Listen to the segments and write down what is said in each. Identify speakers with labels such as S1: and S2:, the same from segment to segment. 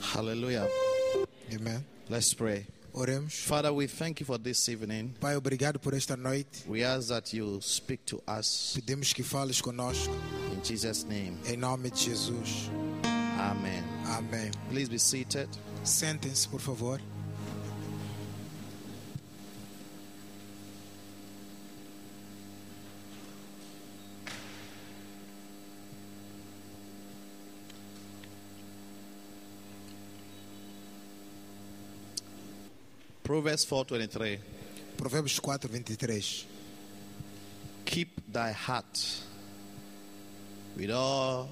S1: Hallelujah.
S2: Amém.
S1: Let's pray.
S2: Oremos.
S1: Father, we thank you for this evening.
S2: Pai, obrigado por esta noite.
S1: We ask that you speak to us
S2: Pedimos que fales conosco.
S1: in Jesus' name.
S2: Em nome de Jesus.
S1: Amen.
S2: Amém.
S1: Please be seated.
S2: Sentem-se, por favor.
S1: Proverbs 4:23.
S2: Provérbios 4, 23.
S1: Keep thy heart with all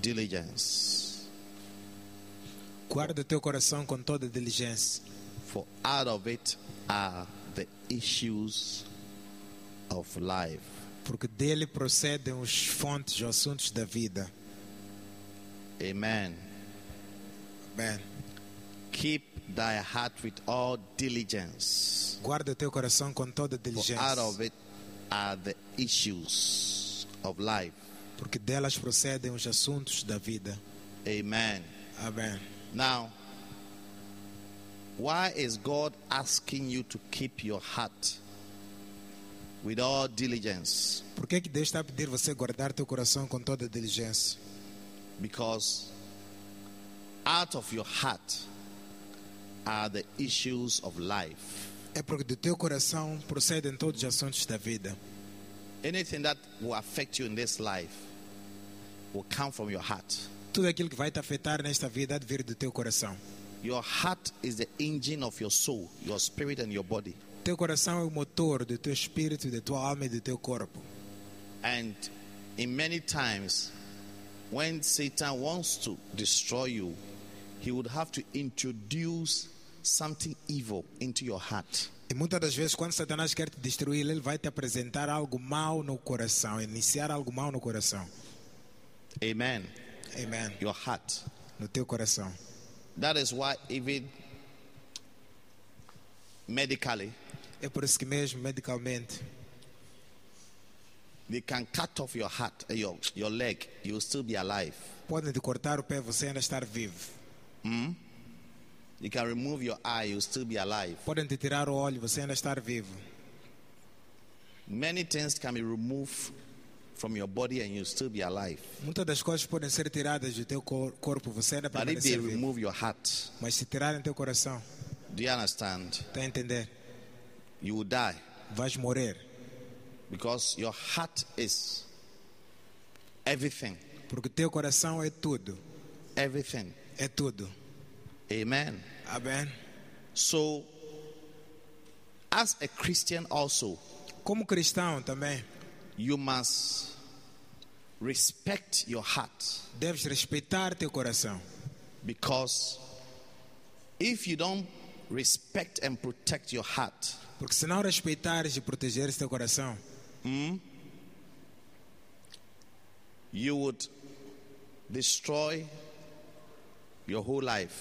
S1: diligence,
S2: Guarda o teu coração com toda diligência,
S1: for out of it are the issues of life.
S2: porque dele procedem os fontes, os assuntos da vida.
S1: Amen.
S2: Amém.
S1: Keep thy heart with all diligence,
S2: Guarda o teu coração com toda
S1: for
S2: diligência,
S1: out of it are the issues of life.
S2: porque delas procedem os assuntos da vida.
S1: Amen.
S2: Amém.
S1: Now, why is God asking you to keep your heart with all diligence?
S2: Por que, que Deus está a pedir você guardar teu coração com toda diligência?
S1: Because out of your heart are the issues of life.
S2: É porque do teu coração procedem todos os assuntos da vida.
S1: Anything that will affect you in this life will come from your heart.
S2: Tudo aquilo que vai te afetar nesta vida há de vir do teu coração.
S1: Your heart is the engine of your soul, your spirit, and your body.
S2: Teu coração é o motor do teu espírito, da tua alma e do teu corpo.
S1: And in many times, when Satan wants to destroy you, he would have to introduce something evil into your heart.
S2: E muitas das vezes, quando Satanás quer te destruir, ele vai te apresentar algo mau no coração, iniciar algo mau no coração.
S1: Amen.
S2: Amém.
S1: Your heart.
S2: No teu coração.
S1: That is why, even medically,
S2: É por isso que, mesmo medicalmente,
S1: they can cut off your heart, eh, your, your leg, you'll still be alive.
S2: podem te cortar o pé, você ainda estar vivo.
S1: You can remove your eye, you'll still be alive.
S2: Podem te tirar o olho, você ainda estar vivo.
S1: Many things can be removed from your body and you'll still be alive.
S2: Muitas das coisas podem ser tiradas do teu cor- corpo, você ainda
S1: But if they
S2: permanecer vivo.
S1: remove your heart,
S2: Mas se tirarem teu coração,
S1: do you understand?
S2: está a entender?
S1: you will die
S2: Vais morrer.
S1: because your heart is everything.
S2: Porque teu coração é tudo.
S1: Everything.
S2: É tudo.
S1: Amen.
S2: Amém?
S1: So, as a Christian, also,
S2: Como cristão também,
S1: you must respect your heart
S2: deves respeitar teu coração.
S1: because if you don't respect and protect your heart,
S2: Porque se não respeitares e protegeres teu coração,
S1: you would destroy your whole life.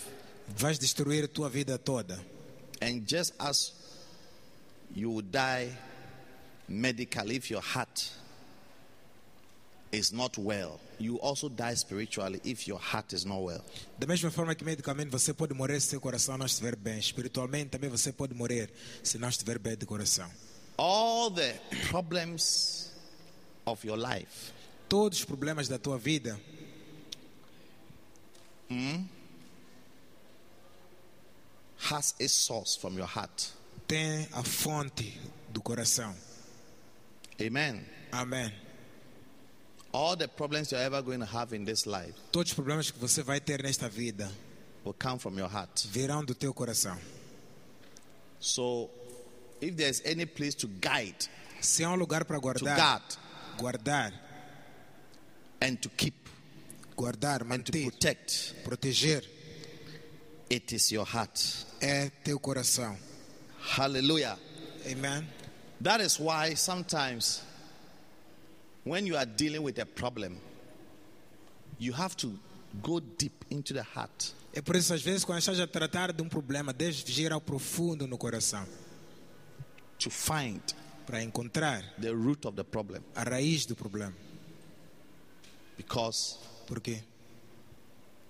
S2: vais destruir a tua vida toda.
S1: And just as you will die medically if your heart is not well, you also die spiritually if your heart is not well.
S2: Da mesma forma que medicamente você pode morrer se seu coração não estiver bem, espiritualmente também você pode morrer se não estiver bem de coração.
S1: All the problems of your life
S2: Todos os problemas da tua vida
S1: has its source from your heart.
S2: têm a fonte do coração.
S1: Amen.
S2: Amém.
S1: All the problems you're ever going to have in this life
S2: Todos os problemas que você vai ter nesta vida
S1: will come from your heart.
S2: virão do teu coração.
S1: So, if there's any place to guide,
S2: Se há um lugar para
S1: to
S2: guardar,
S1: guard,
S2: guardar,
S1: and to keep,
S2: guardar,
S1: and to
S2: manter,
S1: protect,
S2: proteger
S1: it is your heart.
S2: é teu coração.
S1: Hallelujah.
S2: Amém.
S1: That is why sometimes when you are dealing with a problem, you have to go deep into the heart.
S2: É por isso, às vezes, quando estás a tratar de um problema, deves vir ao profundo no coração
S1: To find
S2: para encontrar
S1: the root of the problem
S2: a raiz do problema.
S1: because
S2: Por quê?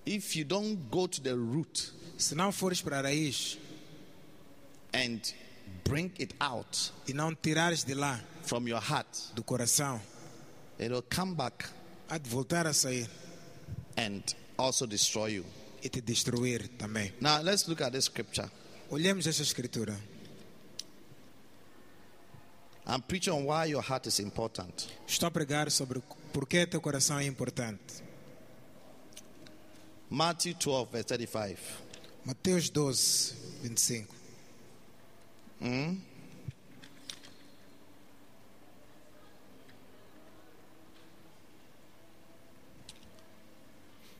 S1: If you don't go to the root
S2: Se não fores para a raiz
S1: and bring it out
S2: e não tirares de lá,
S1: from your heart,
S2: do coração,
S1: it'll come back
S2: há de voltar a sair
S1: and also destroy you.
S2: e te destruir também.
S1: Now let's look at this scripture.
S2: Olhemos esta escritura.
S1: I'm preaching on why your heart is important.
S2: Estou a pregar sobre por que teu coração é importante.
S1: Matthew 12, verse 35.
S2: Mateus 12, 25.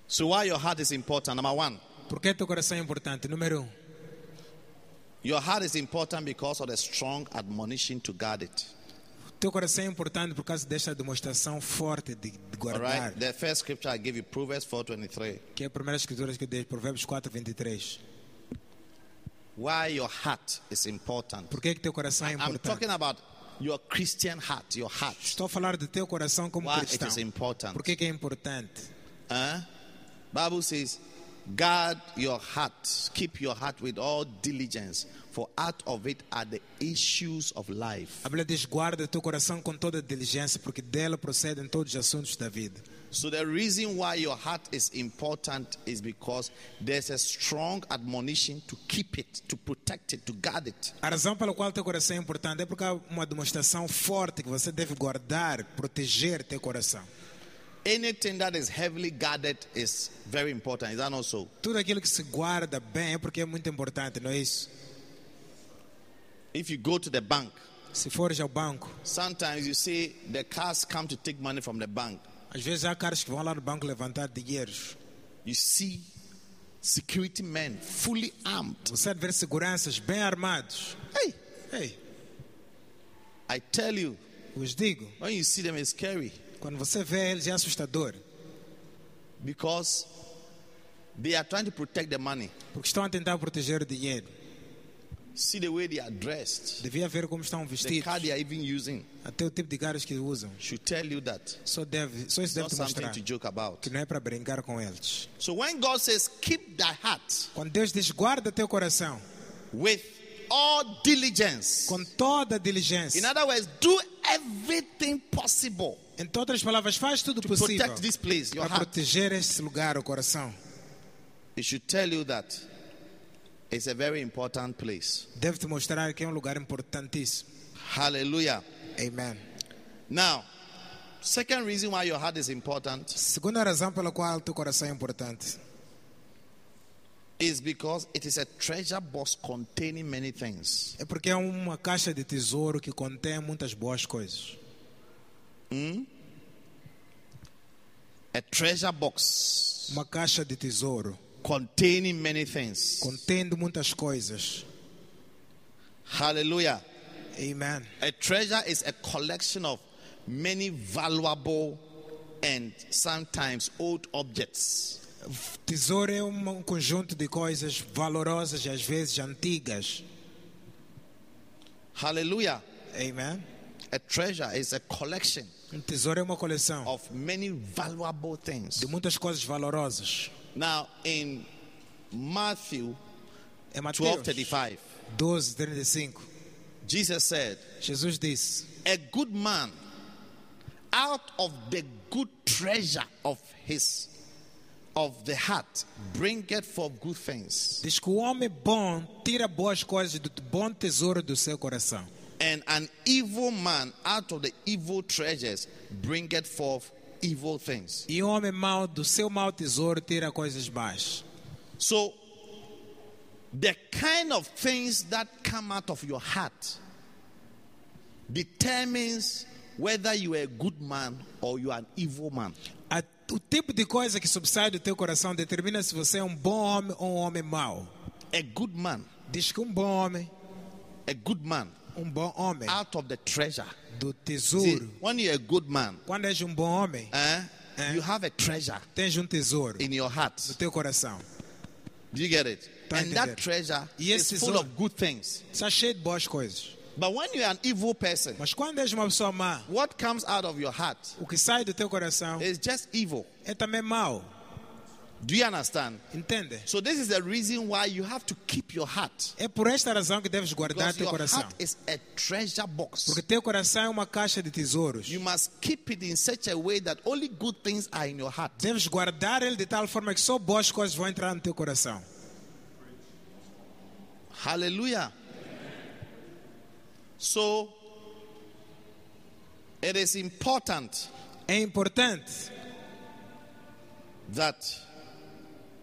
S1: So why your heart is important? Number one,
S2: Por que teu coração é importante? Número 1. Um,
S1: your heart is important because of the strong admonition to guard it.
S2: teu coração é importante por causa desta demonstração forte de, de
S1: All
S2: guardar,
S1: right. The first scripture I give you, Proverbs 4:23.
S2: que é a primeira escritura que eu dei, Provérbios 4, 23.
S1: Why your heart is important.
S2: Por que que teu coração é
S1: I'm
S2: importante?
S1: talking about your Christian heart, your heart.
S2: Estou a falar do teu coração como
S1: Why it
S2: cristão.
S1: is important.
S2: Por que que é importante?
S1: Huh? Bible says, guard your heart, keep your heart with all diligence, for out of it are the issues of life.
S2: A Bíblia diz: guarda teu coração com toda diligência, porque dela procedem todos os assuntos da vida.
S1: So the reason why your heart is important is because there's a strong admonition to keep it, to protect it, to guard it.
S2: A razão pela qual teu coração é importante é porque há uma demonstração forte que você deve guardar, proteger teu coração.
S1: Anything that is heavily guarded is very important. Is that not so?
S2: Tudo aquilo que se guarda bem é porque é muito importante, não é isso?
S1: If you go to the bank,
S2: Se fores ao banco,
S1: sometimes you see the cars come to take money from the bank.
S2: às vezes há caras que vão lá no banco levantar dinheiros.
S1: You see security men fully armed.
S2: Você deve ver seguranças bem armados.
S1: Hey,
S2: Ei,
S1: I tell you,
S2: os digo,
S1: when you see them, it's scary
S2: quando você vê eles é assustador,
S1: because they are trying to protect the money.
S2: porque estão a tentar proteger o dinheiro.
S1: See the way they are dressed,
S2: Devia ver como estão
S1: the
S2: vestidos,
S1: car they are even using
S2: até o tipo de caras que usam.
S1: should tell you that.
S2: Só, deve, só
S1: It's
S2: isso deve
S1: not
S2: te
S1: something
S2: mostrar
S1: to joke about.
S2: que não é para brincar com eles.
S1: So when God says, "Keep thy heart
S2: Quando Deus diz guarda teu coração
S1: with all diligence,"
S2: com toda a
S1: in
S2: diligência,
S1: other words, do everything possible
S2: em todas as palavras, faz tudo
S1: to
S2: possível
S1: protect this place, your
S2: para
S1: heart.
S2: proteger este lugar, o coração.
S1: It should tell you that it's a very important place.
S2: Deve te mostrar que é um lugar importantíssimo.
S1: Hallelujah.
S2: Amém.
S1: Now, second reason why your heart is important
S2: Segunda razão pela qual teu coração é importante
S1: is because it is a treasure box containing many things.
S2: é porque é uma caixa de tesouro que contém muitas boas coisas.
S1: A treasure box
S2: Uma caixa de tesouro
S1: containing many things.
S2: contendo muitas coisas.
S1: Hallelujah.
S2: Amém.
S1: A treasure is a collection of many valuable and sometimes old objects.
S2: Tesouro é um um conjunto de coisas valorosas e às vezes antigas.
S1: Hallelujah.
S2: Amém.
S1: A treasure is a collection
S2: Um tesouro é uma coleção
S1: of many valuable things.
S2: de muitas coisas valorosas.
S1: Now, in Matthew
S2: É Mateus
S1: 12:35,
S2: 12, 35.
S1: Jesus said,
S2: Jesus disse:
S1: A good man out of the good treasure of his of the heart bringeth forth good things.
S2: Diz que o homem bom tira boas coisas do bom tesouro do seu coração.
S1: And an evil man out of the evil treasures bringeth forth evil things.
S2: E o homem mau do seu mau tesouro tira coisas más.
S1: So the kind of things that come out of your heart determines whether you are a good man or you are an evil man.
S2: A- o tipo de coisa que subsai do teu coração determina se você é um bom homem ou um homem mau.
S1: A good man,
S2: Diz que um bom homem,
S1: a good man
S2: um bom homem
S1: out of the treasure.
S2: do
S1: See,
S2: tesouro.
S1: when you're a good man,
S2: Quando és um bom homem,
S1: eh,
S2: Eh?
S1: you have a treasure
S2: tens um tesouro
S1: in your
S2: no
S1: heart.
S2: teu coração.
S1: Do you get it?
S2: Don't
S1: and
S2: you
S1: that
S2: get it?
S1: treasure
S2: Yes,
S1: is
S2: it's
S1: full
S2: all.
S1: of good things.
S2: Está cheio de boas coisas.
S1: But when you're an evil person,
S2: Mas quando és uma pessoa má,
S1: what comes out of your heart
S2: o que sai do teu coração
S1: is just evil.
S2: é também mau.
S1: Do you understand?
S2: Entende?
S1: So, this is the reason why you have to keep your heart.
S2: É por esta razão que deves guardar
S1: Because
S2: teu
S1: your
S2: coração.
S1: heart is a treasure box.
S2: Porque teu coração é uma caixa de tesouros.
S1: You must keep it in such a way that only good things are in your heart.
S2: Deves guardar ele de tal forma que só boas coisas vão entrar no teu coração.
S1: Hallelujah. So, it is important
S2: É importante
S1: that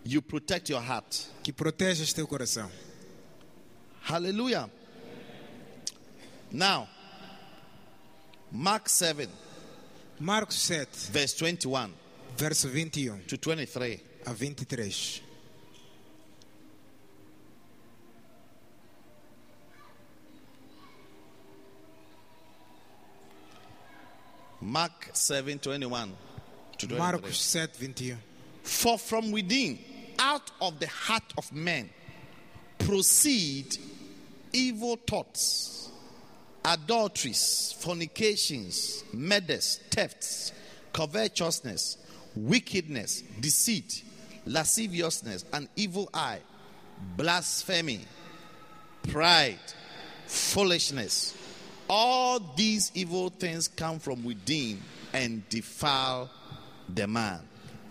S1: you protect your heart.
S2: que protejas teu coração.
S1: Hallelujah. Now, Mark 7,
S2: Marcos 7,
S1: verse 21
S2: verso 21
S1: to 23.
S2: a 23.
S1: Mark 7, 21 to 23.
S2: Marcos 7, 21.
S1: For from within, out of the heart of men, proceed evil thoughts, adulteries, fornications, murders, thefts, covetousness, wickedness, deceit, lasciviousness, an evil eye, blasphemy, pride, foolishness. All these evil things come from within and defile the man.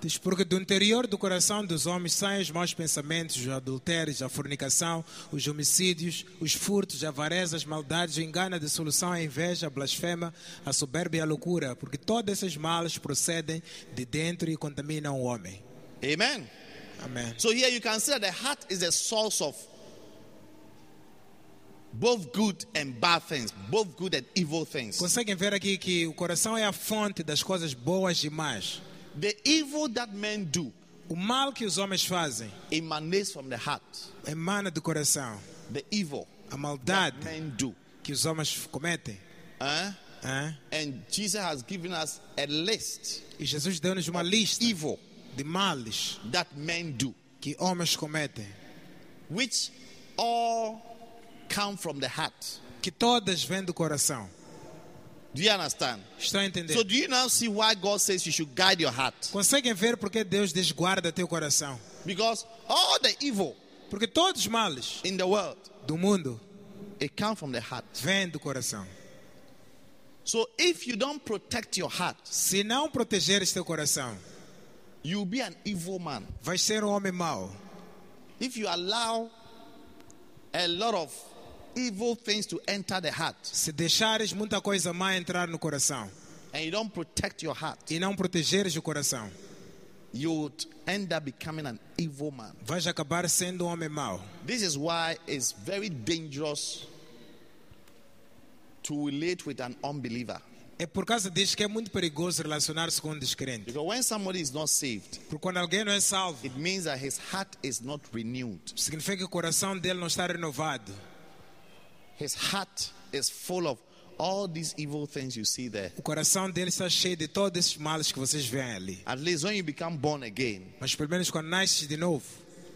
S2: Diz, porque do interior do coração dos homens saem os maus pensamentos, os adultérios, a fornicação, os homicídios, os furtos, a avareza, as maldades, o engano, a dissolução, a inveja, a blasfema, a soberba e a loucura, porque todas essas malas procedem de dentro e contaminam o homem.
S1: Amen.
S2: Amém.
S1: So here you can see that the heart is the source of both good and bad things, both good and evil things.
S2: Conseguem ver aqui que o coração é a fonte das coisas boas e más.
S1: The evil that men do
S2: O mal que os homens fazem
S1: emanates from the heart.
S2: emana do coração.
S1: The evil
S2: A
S1: that
S2: maldade
S1: men do.
S2: que os homens cometem.
S1: Eh?
S2: Hã?
S1: And Jesus has given us a list
S2: E Jesus deu-nos uma lista
S1: evil
S2: de males
S1: that men do,
S2: que homens cometem,
S1: which all come from the heart.
S2: que todas vêm do coração.
S1: Do you understand?
S2: Estão a entender?
S1: So do you now see why God says you should guide your heart?
S2: Conseguem ver porque Deus desguarda teu coração?
S1: Because all the evil
S2: Porque todos os males
S1: in the world,
S2: do mundo
S1: it comes from the heart.
S2: vêm do coração.
S1: So if you don't protect your heart,
S2: Se não protegeres teu coração,
S1: you'll be an evil man.
S2: vais ser um homem mau.
S1: If you allow a lot of evil things to enter the heart
S2: Se deixares muita coisa má entrar no coração
S1: and you don't protect your heart,
S2: e não protegeres o coração,
S1: you would end up becoming an evil man.
S2: vais acabar sendo um homem mau.
S1: This is why it's very dangerous to relate with an unbeliever.
S2: É por causa disso que é muito perigoso relacionar-se com um descrente.
S1: Because when somebody is not saved,
S2: Porque quando alguém não é salvo,
S1: it means that his heart is not renewed.
S2: significa que o coração dele não está renovado.
S1: His heart is full of all these evil things you see there.
S2: O coração dele está cheio de todos esses males que vocês veem ali.
S1: At least when you become born again,
S2: Mas pelo menos quando nasces de novo,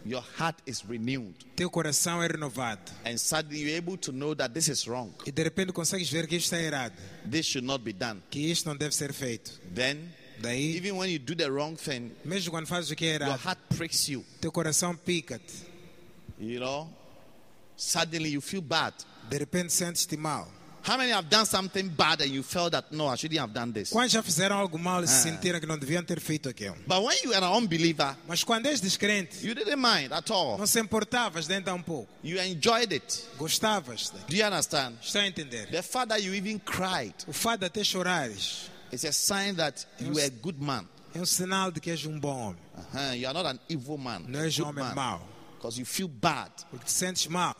S1: your heart is renewed
S2: teu coração é renovado.
S1: and suddenly you're able to know that this is wrong
S2: E de repente consegues ver que isto está errado,
S1: this should not be done
S2: que isto não deve ser feito.
S1: then
S2: Daí,
S1: even when you do the wrong thing
S2: mesmo quando fazes o que é
S1: your
S2: errado,
S1: heart pricks you
S2: teu coração pica-te.
S1: you know suddenly you feel bad
S2: De repente sentes-te mal.
S1: how many have done something bad and you felt that no i shouldn't have done this
S2: Quando já fizeram algo mal e se sentiram que não deviam ter feito aquilo.
S1: but when you are an unbeliever
S2: Mas quando és descrente,
S1: you didn't mind at all
S2: não se importavas nem tão pouco.
S1: you enjoyed it
S2: Gostavas. daquilo.
S1: do you understand
S2: Está a entender?
S1: the fact that you even cried
S2: O fato de até chorares
S1: is a sign that you were a good man
S2: é um sinal de que és um bom homem.
S1: uh-huh. you are not an evil man
S2: Não és um
S1: good
S2: homem
S1: man
S2: mau.
S1: because you feel bad
S2: Porque te sentes mal.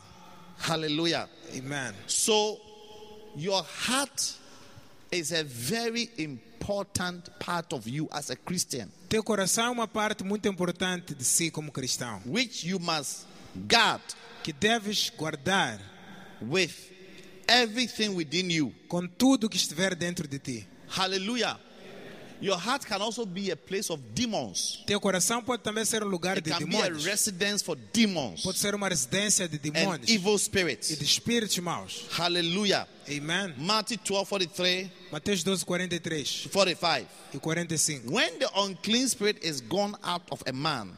S1: hallelujah
S2: Amen.
S1: So, your heart is a very important part of you as a Christian,
S2: Teu coração é uma parte muito importante de si como cristão,
S1: which you must guard
S2: que deves guardar
S1: with everything within you.
S2: com tudo que estiver dentro de ti.
S1: Hallelujah. Your heart can also be a place of demons,
S2: Teu coração pode também ser um lugar
S1: it
S2: de
S1: can be a
S2: demônios.
S1: residence for demons
S2: Pode ser uma residência de
S1: and
S2: demônios
S1: evil
S2: e de
S1: spirits.
S2: espíritos maus.
S1: Hallelujah.
S2: Amen.
S1: Matthew 12 43
S2: Mateus 12, 43
S1: 45.
S2: e 45.
S1: When the unclean spirit is gone out of a man,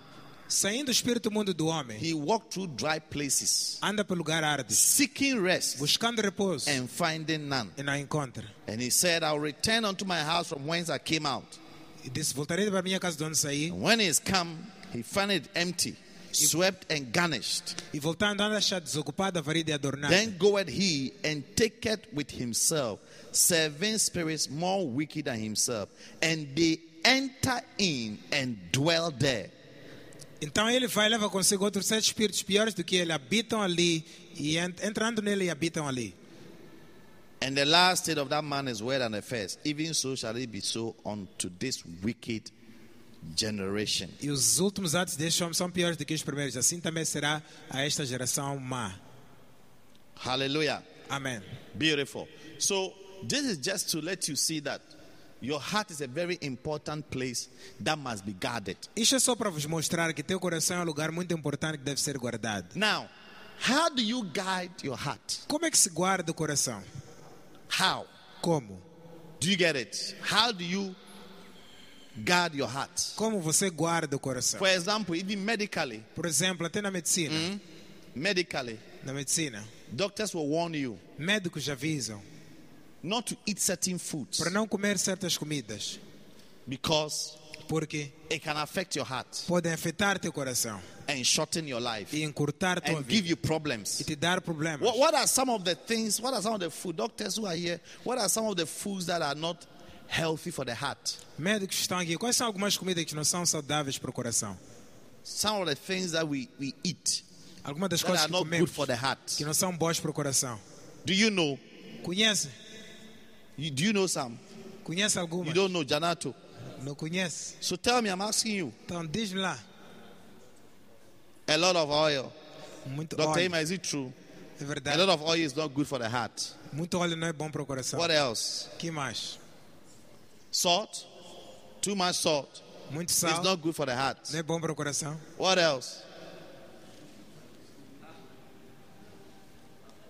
S2: Saindo o espírito mundo do homem,
S1: he walks through dry places,
S2: anda pelo lugar árido,
S1: seeking rest
S2: buscando repouso
S1: and finding none.
S2: e não encontra.
S1: And he said, I'll return unto my house from whence I came out.
S2: E disse: Voltarei para a minha casa de onde saí.
S1: And when he is come, he found it empty, swept and garnished.
S2: E voltando, anda achar desocupada, varida e adornada.
S1: Then goeth he and taketh with himself seven spirits more wicked than himself, and they enter in and dwell there.
S2: Então ele vai e leva consigo outros sete espíritos piores do que ele, habitam ali, e ent- entrando nele, habitam ali.
S1: And the last state of that man is worse than the first. Even so shall it be so unto this wicked generation.
S2: E os últimos atos deste homem são piores do que os primeiros. Assim também será a esta geração má.
S1: Hallelujah.
S2: Amém.
S1: Beautiful. So, this is just to let you see that your heart is a very important place that must be guarded.
S2: Isto é só para vos mostrar que teu coração é um lugar muito importante que deve ser guardado.
S1: Now, how do you guide your heart?
S2: Como é que se guarda o coração?
S1: How?
S2: Como?
S1: Do you get it? How do you guard your heart?
S2: Como você guarda o coração?
S1: For example, even medically,
S2: Por exemplo, até na medicina.
S1: medically,
S2: Na medicina,
S1: doctors will warn you
S2: médicos avisam
S1: not to eat certain foods
S2: para não comer certas comidas,
S1: because
S2: porque
S1: it can affect your heart
S2: podem afetar teu coração
S1: and shorten your life
S2: e encurtar
S1: and
S2: tua
S1: give
S2: vida
S1: you
S2: e
S1: problems.
S2: te dar problemas.
S1: What, what are some of the things? What are some of the food doctors who are here? What are some of the foods that are not healthy for the heart?
S2: Médicos estão aqui. Quais são algumas comidas que não são saudáveis para o coração?
S1: Some of the things that we, we eat
S2: Algumas das
S1: that
S2: coisas
S1: are
S2: que
S1: not good
S2: comemos
S1: for the heart.
S2: que não são boas para o coração.
S1: Do you know?
S2: Conhece?
S1: You, do you know some?
S2: Conhece
S1: You
S2: algumas?
S1: don't know, Janato.
S2: Não conhece?
S1: So tell me, I'm asking you.
S2: Então diz-me lá.
S1: A lot of oil.
S2: Muito
S1: Dr.
S2: óleo.
S1: Emma, is it true?
S2: É
S1: A
S2: verdade.
S1: lot of oil is not good for the heart.
S2: Muito óleo não é bom para o coração.
S1: What else?
S2: Que mais?
S1: Salt. Too much salt.
S2: Muito
S1: It's
S2: sal
S1: not good for the heart.
S2: não é bom para o coração.
S1: What else?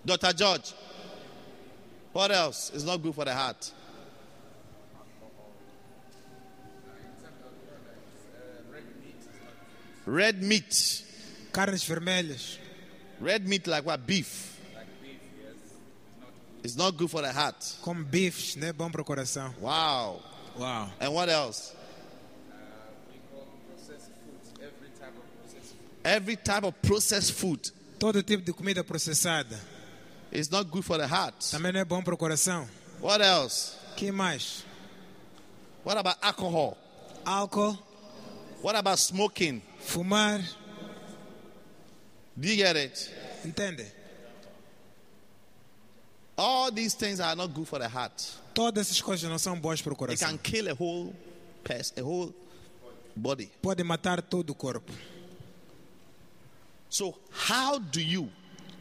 S1: Dr. George. What else is not good for the heart? Red meat.
S2: Carnes vermelhas.
S1: Red meat like what? Beef. It's not good for the heart.
S2: Como bifes, não é bom para o coração.
S1: Wow.
S2: Uau.
S1: And what else? Every type of processed food
S2: Todo tipo de comida processada
S1: is not good for the heart.
S2: também não é bom para o coração.
S1: What else?
S2: Que mais?
S1: What about alcohol?
S2: Álcool,
S1: What about smoking?
S2: fumar,
S1: Do you get it?
S2: entende?
S1: All these things are not good for the heart.
S2: Todas essas coisas não são boas para o
S1: It can
S2: coração.
S1: kill a whole person, a whole body.
S2: Pode matar todo o corpo.
S1: So, how do you,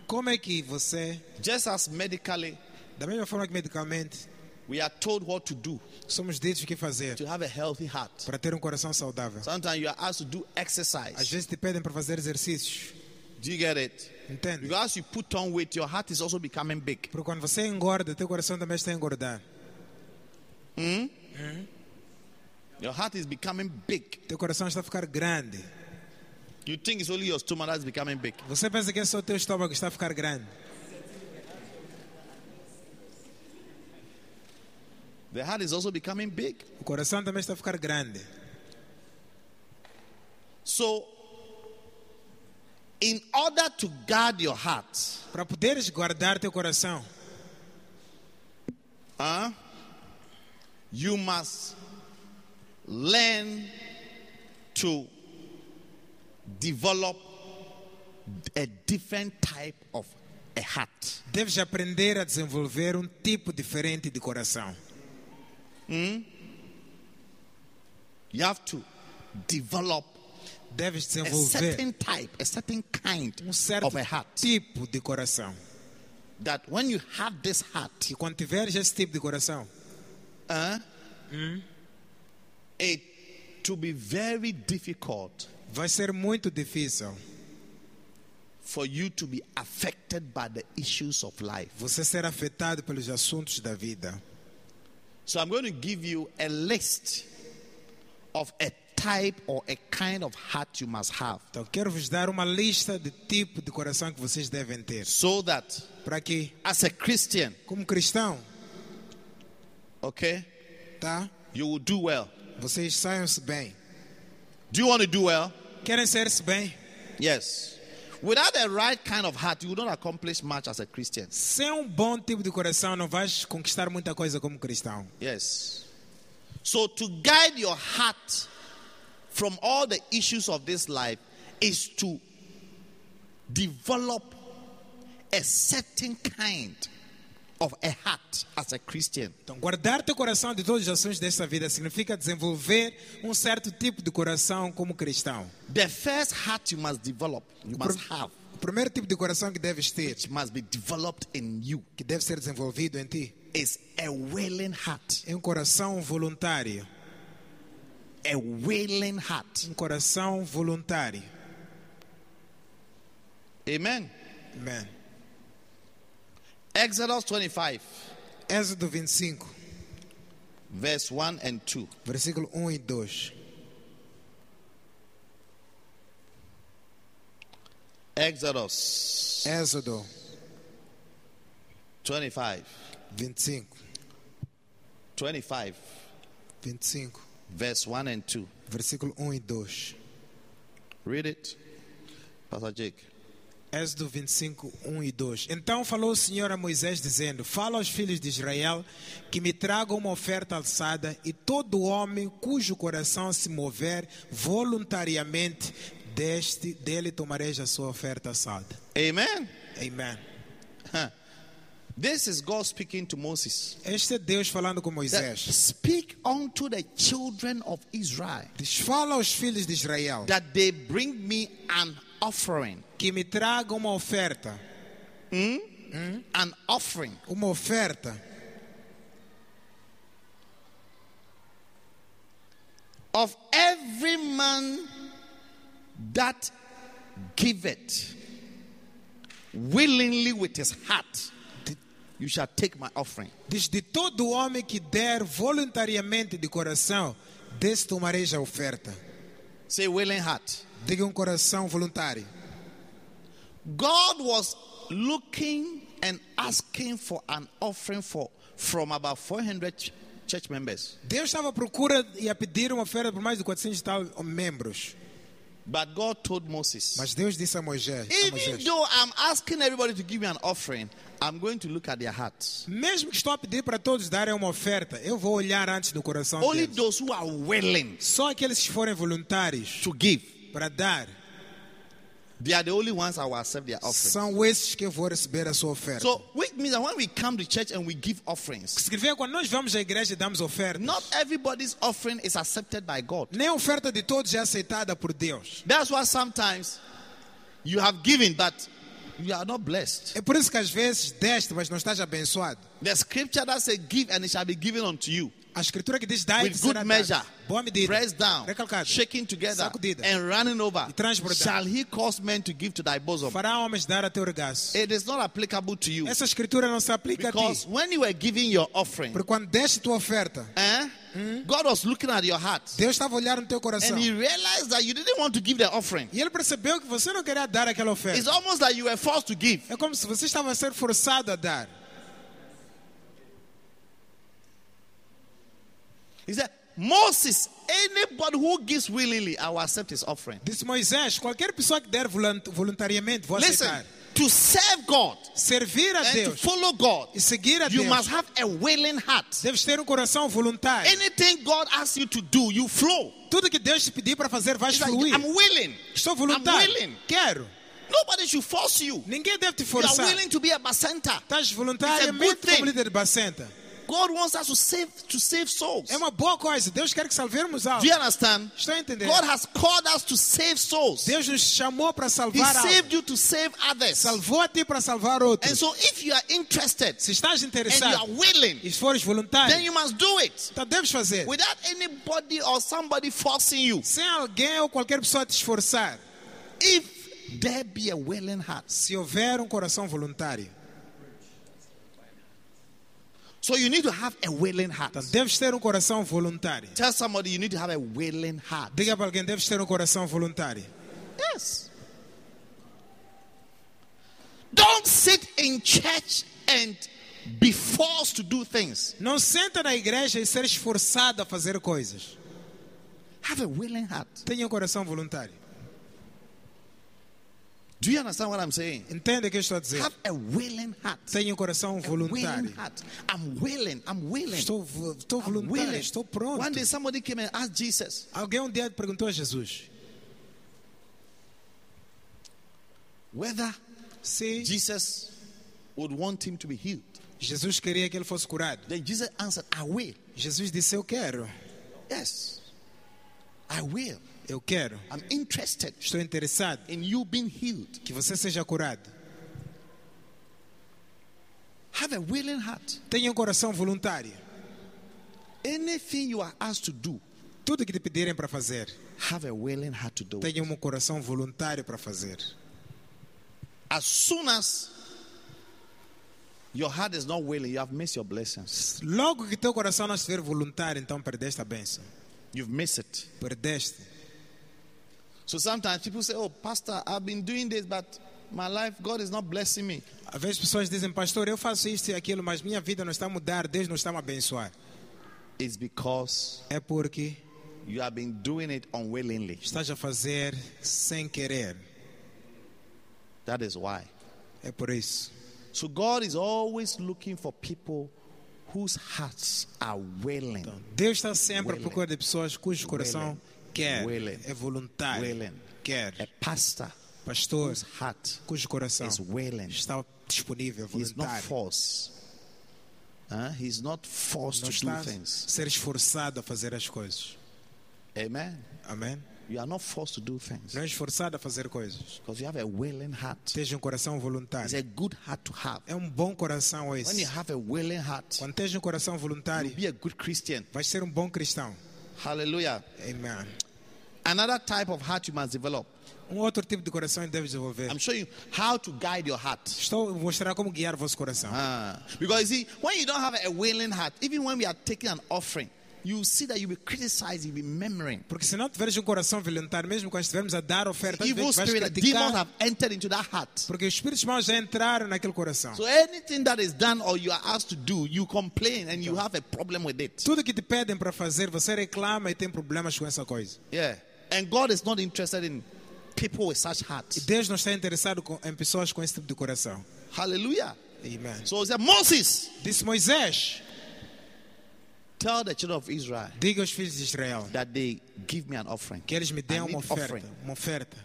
S2: Como é que você,
S1: just as medically,
S2: da mesma forma que medicamente,
S1: we are told what to do
S2: somos ditos o que fazer
S1: to have a healthy heart?
S2: para ter um coração saudável?
S1: Sometimes you are asked to do
S2: Às
S1: exercise.
S2: vezes te pedem para fazer exercícios,
S1: Do you get it?
S2: entende?
S1: Because you put on weight, your heart is also becoming big.
S2: Porque quando você engorda, teu coração também está a engordar.
S1: Your heart is becoming big.
S2: Teu coração está a ficar grande.
S1: You think it's only your stomach that's becoming big.
S2: Você pensa que é só o teu estômago que está a ficar grande.
S1: The heart is also becoming big.
S2: O coração também está a ficar grande.
S1: So, in order to guard your heart,
S2: Para poderes guardar teu coração,
S1: huh, you must learn to develop a different type of a heart.
S2: deves aprender a desenvolver um tipo diferente de coração.
S1: You have to develop
S2: Deves
S1: a
S2: desenvolver
S1: certain type, a certain kind
S2: um certo
S1: of a heart.
S2: tipo de coração.
S1: That when you have this heart,
S2: E quando tiveres esse tipo de coração,
S1: huh, it to be very difficult
S2: vai ser muito difícil
S1: for you to be affected by the issues of life.
S2: você ser afetado pelos assuntos da vida.
S1: So I'm going to give you a list of a type or a kind of heart you must have
S2: Então, quero vos dar uma lista de tipo de coração que vocês devem ter.
S1: so that
S2: Para que,
S1: as a Christian,
S2: como cristão,
S1: okay,
S2: tá?
S1: you will do well.
S2: Vocês saiam-se bem.
S1: Do you want to do well?
S2: Querem ser-se bem?
S1: Yes. Without the right kind of heart, you will not accomplish much as a Christian.
S2: Sem um bom tipo de coração, não vais conquistar muita coisa como cristão.
S1: Yes. So to guide your heart from all the issues of this life is to develop a certain kind of a heart as a Christian.
S2: Então, guardar teu coração de todas as ações desta vida significa desenvolver um certo tipo de coração como cristão.
S1: The first heart you must develop, you must have,
S2: O primeiro tipo de coração que deves ter,
S1: it must be developed in you,
S2: que deve ser desenvolvido em ti,
S1: is a willing heart.
S2: é um coração voluntário.
S1: A willing heart.
S2: Um coração voluntário.
S1: Amen.
S2: Amém.
S1: Exodus 25,
S2: Êxodo 25,
S1: verse 1 and 2.
S2: versículo 1 e 2.
S1: Exodus
S2: Êxodo
S1: 25.
S2: 25,
S1: 25,
S2: 25,
S1: verse 1 and 2.
S2: versículo 1 e 2.
S1: Read it, Pastor Jake.
S2: Êxodo 25, 1 e 2. Então falou o Senhor a Moisés, dizendo: Fala aos filhos de Israel que me tragam uma oferta alçada, e todo homem cujo coração se mover voluntariamente, deste, dele tomareis a sua oferta alçada.
S1: Amen.
S2: Amém.
S1: This is God speaking to Moses.
S2: Este é Deus falando com
S1: That,
S2: Moisés.
S1: Speak unto the children of Israel
S2: Diz: Fala aos filhos de Israel
S1: that they bring me an offering.
S2: que me tragam uma oferta.
S1: An offering.
S2: Uma oferta.
S1: of every man that giveth willingly with his heart you shall take my offering
S2: Diz de todo homem que der voluntariamente de coração, desse tomareis a oferta.
S1: say willing heart
S2: Diga um coração voluntário.
S1: god was looking and asking for an offering for from about 400 ch- church members
S2: Deus estava à procura e a pedir uma oferta por mais de 400 e tal membros.
S1: but god told moses
S2: Mas Deus disse a Moisés: a
S1: even
S2: Moisés
S1: though i'm asking everybody to give me an offering i'm going to look at their hearts
S2: mesmo que estou a pedir para todos darem uma oferta, eu vou olhar antes no coração
S1: only
S2: deles.
S1: those who are willing
S2: Só aqueles que forem voluntários
S1: to give
S2: para dar,
S1: they are the only ones that will accept their offering
S2: são esses que eu vou receber a sua oferta.
S1: So, which means that when we come to church and we give offerings,
S2: Significa que quando nós vamos à igreja e damos oferta,
S1: not everybody's offering is accepted by God.
S2: nem a oferta de todos é aceitada por Deus.
S1: That's why sometimes you have given, but you are not blessed.
S2: É por isso que às vezes deste, mas não estás abençoado.
S1: The scripture that says, Give and it shall be given unto you
S2: A escritura que diz dai e te
S1: with good
S2: será
S1: measure,
S2: dado. Boa medida.
S1: pressed down,
S2: Recalcado.
S1: shaking together,
S2: Sacudida.
S1: and running over.
S2: E transbordando.
S1: Shall he cause men to give to thy bosom?
S2: Fará homens dar a teu regaço.
S1: It is not applicable to you
S2: Essa escritura não se aplica
S1: because
S2: a ti.
S1: when you were giving your offering,
S2: Porque quando deste tua oferta,
S1: eh, God was looking at your heart
S2: Deus estava a olhar no teu coração.
S1: and he realized that you didn't want to give the offering.
S2: E ele percebeu que você não queria dar aquela
S1: It's
S2: oferta.
S1: almost like you were forced to give.
S2: É como se você estava a ser forçado a dar.
S1: He said, Moses, anybody who gives willingly, I will accept his offering.
S2: Disse Moisés, qualquer pessoa que der volant- voluntariamente, vou
S1: Listen,
S2: aceitar.
S1: to serve God
S2: Servir a
S1: and to
S2: Deus
S1: follow God,
S2: e seguir a
S1: you
S2: Deus,
S1: must have a willing heart.
S2: deves ter um coração voluntário.
S1: Anything God asks you to do, you flow.
S2: Tudo que Deus te pedir para fazer, vais
S1: It's like,
S2: fluir.
S1: I'm willing.
S2: Estou
S1: I'm
S2: voluntário.
S1: willing.
S2: Quero.
S1: Nobody should force you.
S2: Ninguém deve te
S1: You are
S2: forçar.
S1: willing to be a basenta.
S2: Estás
S1: It's a good
S2: voluntariamente
S1: thing.
S2: como líder de Bacenta.
S1: God wants us to save to save souls.
S2: É uma boa coisa. Deus quer que salvemos
S1: Do you
S2: almas.
S1: understand?
S2: Estou a entender.
S1: God has called us to save souls.
S2: Deus nos chamou para
S1: He
S2: salvar almas.
S1: saved you to save others.
S2: Salvou a ti para salvar
S1: And
S2: outros.
S1: so if you are interested
S2: Se estás
S1: and you are
S2: interessado
S1: willing,
S2: e fores
S1: then
S2: voluntário,
S1: you must do it
S2: então deves fazer.
S1: without anybody or somebody forcing you.
S2: Sem alguém ou qualquer pessoa te esforçar.
S1: If there be a willing heart.
S2: Se houver um coração voluntário.
S1: So you need to have a willing heart.
S2: Então, deves ter um coração voluntário.
S1: Tell somebody you need to have a willing heart.
S2: Diga para alguém, deves ter um coração voluntário.
S1: Yes. Don't sit in church and be forced to do things.
S2: Não senta na igreja e ser esforçado a fazer coisas.
S1: Have a willing heart.
S2: Tenha um coração voluntário.
S1: Do you understand what I'm saying?
S2: Entende o que eu estou a dizer?
S1: Have a willing heart.
S2: Tenha um coração
S1: A willing
S2: voluntário.
S1: heart. I'm willing. I'm willing.
S2: Estou, vo- estou
S1: I'm
S2: voluntário, estou pronto.
S1: One day somebody came and asked Jesus,
S2: Alguém um dia perguntou a Jesus
S1: whether
S2: se
S1: Jesus would want him to be healed.
S2: Jesus queria que ele fosse curado.
S1: Then Jesus answered, I will.
S2: Jesus disse: Eu quero,
S1: Yes, I will.
S2: eu quero.
S1: I'm interested
S2: Estou interessado
S1: in you being healed.
S2: que você seja curado.
S1: Have a willing heart.
S2: Tenha um coração voluntário.
S1: Anything you are asked to do,
S2: Tudo que te pedirem para fazer,
S1: have a willing heart to do. it.
S2: tenha um coração voluntário para fazer.
S1: As soon as your heart is not willing, you have missed your blessings.
S2: Logo que teu coração não estiver voluntário, então perdeste a bênção.
S1: You've missed it.
S2: Perdeste.
S1: So sometimes people say, Oh, Pastor, I've been doing this, but my life, God is not blessing me.
S2: Às vezes pessoas dizem, pastor, eu faço isto e aquilo, mas minha vida não está a mudar, Deus não está a me abençoar.
S1: It's because
S2: É porque
S1: you have been doing it unwillingly.
S2: estás a fazer sem querer.
S1: That is why.
S2: É por isso.
S1: So God is always looking for people whose hearts are willing.
S2: Deus está sempre à
S1: Willing.
S2: procura de pessoas cujo coração quer,
S1: Willing.
S2: é voluntário,
S1: Willing. A
S2: quer,
S1: pastor
S2: pastor,
S1: whose heart
S2: cujo coração
S1: É is willing.
S2: está disponível,
S1: He's not
S2: voluntário.
S1: forced. Huh? He's not forced
S2: Não
S1: to do
S2: está a
S1: things.
S2: ser esforçado a fazer as coisas.
S1: Amen.
S2: Amém?
S1: You are not forced to do things
S2: Não é esforçado a fazer coisas.
S1: because you have a willing heart.
S2: Esteja um coração
S1: It's
S2: voluntário.
S1: a good heart to have.
S2: É um bom coração
S1: When you
S2: esse.
S1: have a willing heart,
S2: Quando esteja um coração
S1: you'll
S2: voluntário,
S1: be a good Christian.
S2: vais ser um bom cristão.
S1: Hallelujah.
S2: Amém.
S1: Another type of heart you must develop.
S2: Um outro tipo de coração deve desenvolver.
S1: I'm showing you how to guide your heart.
S2: Estou a mostrar como guiar o vosso coração.
S1: Ah, because you see, when you don't have a willing heart, even when we are taking an offering, you see that you'll be criticized, you'll be murmuring.
S2: Porque se não tiveres um coração voluntário, mesmo quando estivermos a dar oferta, às
S1: Evil
S2: vezes vais
S1: spirit, demons
S2: criticar,
S1: have entered into that heart.
S2: porque os espíritos maus já entraram naquele coração.
S1: So anything that is done or you are asked to do, you complain and you have a problem with it.
S2: Tudo que te pedem para fazer, você reclama e tem problemas com essa coisa.
S1: Yeah. And God is not interested in people with such
S2: E
S1: hearts.
S2: Deus não está interessado com- em pessoas com esse tipo de coração.
S1: Hallelujah.
S2: Amém.
S1: So he said, Moses,
S2: Disse Moisés:
S1: tell the children of Israel
S2: Diga aos filhos de Israel
S1: that they give me an offering.
S2: que eles me deem
S1: I need
S2: uma oferta,
S1: offering
S2: uma oferta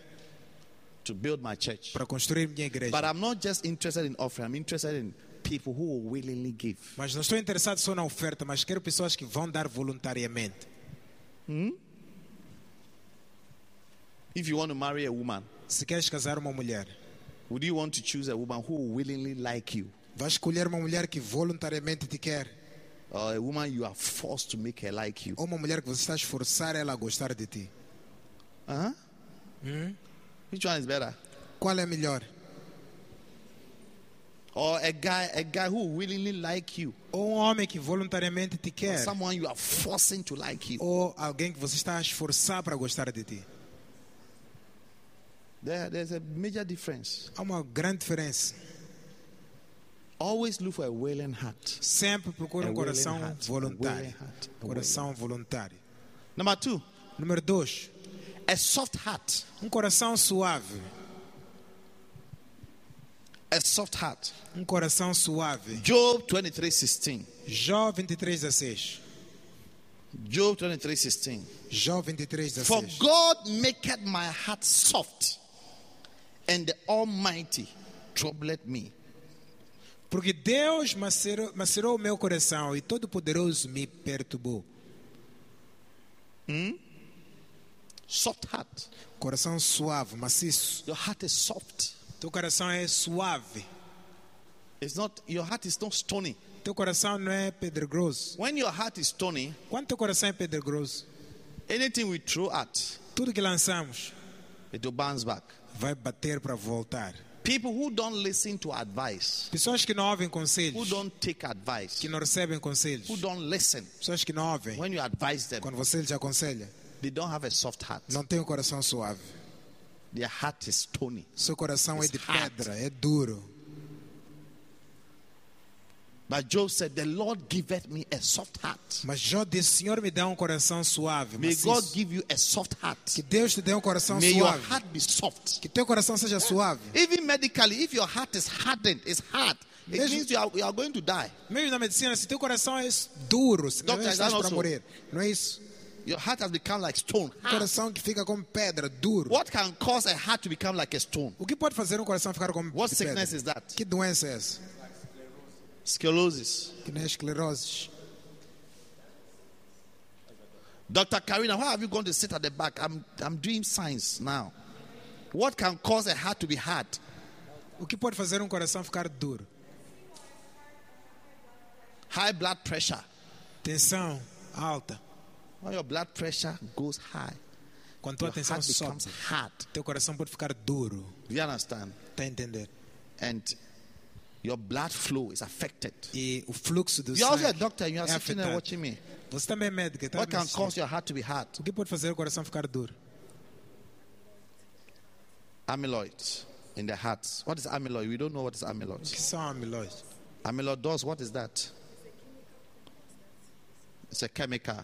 S1: to build my church.
S2: para construir minha igreja.
S1: But I'm not just interested in offering, I'm interested in people who will willingly give.
S2: Mas não estou interessado só na oferta, mas quero pessoas que vão dar voluntariamente.
S1: If you want to marry a woman,
S2: Se queres casar uma mulher,
S1: would you want to choose a woman who will willingly like you?
S2: Vai escolher uma mulher que voluntariamente te quer
S1: Or a woman you are forced to make her like you?
S2: ou uma mulher que você está a esforçar ela a gostar de ti?
S1: Uh-huh. Which one is better?
S2: Qual é a melhor?
S1: Or a guy, a guy who will willingly like you,
S2: Ou um homem que voluntariamente te
S1: or
S2: quer
S1: someone you are forcing to like you.
S2: ou alguém que você está a esforçar para gostar de ti?
S1: There, there's a major difference.
S2: Há uma grande diferença.
S1: Always look for a willing heart.
S2: Sempre procura
S1: A
S2: um
S1: willing
S2: coração
S1: heart, a
S2: voluntário.
S1: willing heart, a
S2: Coração voluntário.
S1: Number two,
S2: Número dois,
S1: a soft heart.
S2: um coração suave.
S1: A soft heart.
S2: Um coração suave.
S1: Job 23:16.
S2: Jó 23, 16.
S1: Job 23:16.
S2: Jó 23,
S1: For
S2: 16.
S1: God maketh my heart soft, and the Almighty troubleth me.
S2: Porque Deus macerou, macerou o meu coração e Todo-Poderoso me perturbou.
S1: Soft heart.
S2: Coração suave, maciço.
S1: Your heart is soft.
S2: Teu coração é suave.
S1: It's not your heart is not stony.
S2: Teu coração não é pedregoso.
S1: When your heart is stony,
S2: Quando teu coração é pedregoso,
S1: anything we throw at,
S2: tudo que lançamos
S1: it will bounce back.
S2: vai bater para voltar.
S1: People who don't listen to advice,
S2: Pessoas que não ouvem
S1: who
S2: conselhos,
S1: don't take advice,
S2: que não recebem
S1: who
S2: conselhos,
S1: don't listen,
S2: pessoas que não ouvem
S1: when you advise them,
S2: quando você lhes aconselha,
S1: they don't have a soft heart.
S2: não tem o coração suave.
S1: Their heart is stony.
S2: Seu coração é
S1: It's
S2: de
S1: hard.
S2: pedra, é duro.
S1: But Job said, The Lord giveth me a soft heart.
S2: Mas Jó disse: Senhor, me dá um coração suave.
S1: May God
S2: maciço.
S1: give you a soft heart.
S2: Que Deus te dê um coração
S1: May your
S2: suave.
S1: heart be soft.
S2: Que teu coração seja suave.
S1: Even medically, if your heart is hardened, it's hard. It
S2: Mesmo-
S1: means you are, you are going to die.
S2: Mesmo na medicina, se teu coração é duro, se não
S1: É. Doctor,
S2: estás
S1: I don't
S2: para
S1: know.
S2: morrer, não é isso?
S1: Your heart has become like stone.
S2: Um coração que fica como pedra, duro.
S1: What can cause a heart to become like a stone?
S2: O que pode fazer um coração ficar como
S1: What
S2: de
S1: sickness
S2: pedra?
S1: is that?
S2: Que doença é essa?
S1: Sclerosis.
S2: Que nem esclerose.
S1: Dr. Karina, why have you gone to sit at the back? I'm, I'm doing science now. What can cause a heart to be hard?
S2: O que pode fazer um coração ficar duro?
S1: High blood pressure.
S2: Tensão alta.
S1: When your blood pressure goes high,
S2: Quando
S1: your
S2: tua tensão
S1: heart
S2: sobe,
S1: becomes hard.
S2: teu coração pode ficar duro.
S1: Do you understand?
S2: Tá a entender?
S1: And your blood flow is affected.
S2: E o fluxo do
S1: You're also a
S2: sangue
S1: doctor and you are
S2: é
S1: sitting there
S2: afetado.
S1: watching me.
S2: Você também é médico. Está
S1: What
S2: me
S1: can
S2: assistindo.
S1: cause your heart to be hard?
S2: O que pode fazer o coração ficar duro?
S1: Amyloid in the heart. What is amyloid? We don't know what is
S2: O
S1: amyloid.
S2: que são amiloides?
S1: Amyloidosis, what is that? It's a chemical.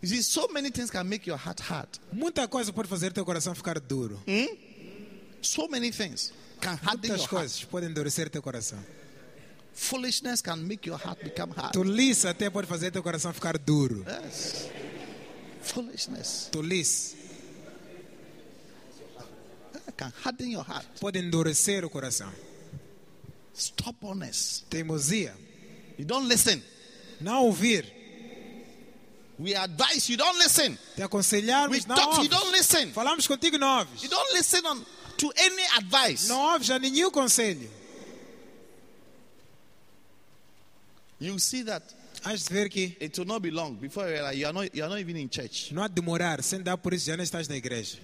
S1: You see, so many things can make your heart hard.
S2: Muita coisa pode fazer teu coração ficar duro.
S1: So many things Hum, can harden your
S2: Muitas
S1: heart.
S2: coisas podem endurecer teu coração.
S1: Foolishness can make your heart become hard.
S2: Tolice até pode fazer teu coração ficar duro.
S1: Yes. Foolishness
S2: Tolice
S1: eh, can harden your heart.
S2: pode endurecer o coração.
S1: Stubbornness.
S2: Teimosia,
S1: You don't listen.
S2: não ouvir.
S1: We advise you don't listen.
S2: Te aconselharmos,
S1: We
S2: não
S1: talk, you
S2: ouves.
S1: don't listen.
S2: Falamos contigo, não ouves.
S1: You don't listen on, to any advice.
S2: Não ouves a nenhum conselho.
S1: You see that
S2: Hás de ver que
S1: it will not be long before you realize you are not, you are not even in church.
S2: não há de demorar. Sem dar por isso, já não estás na igreja.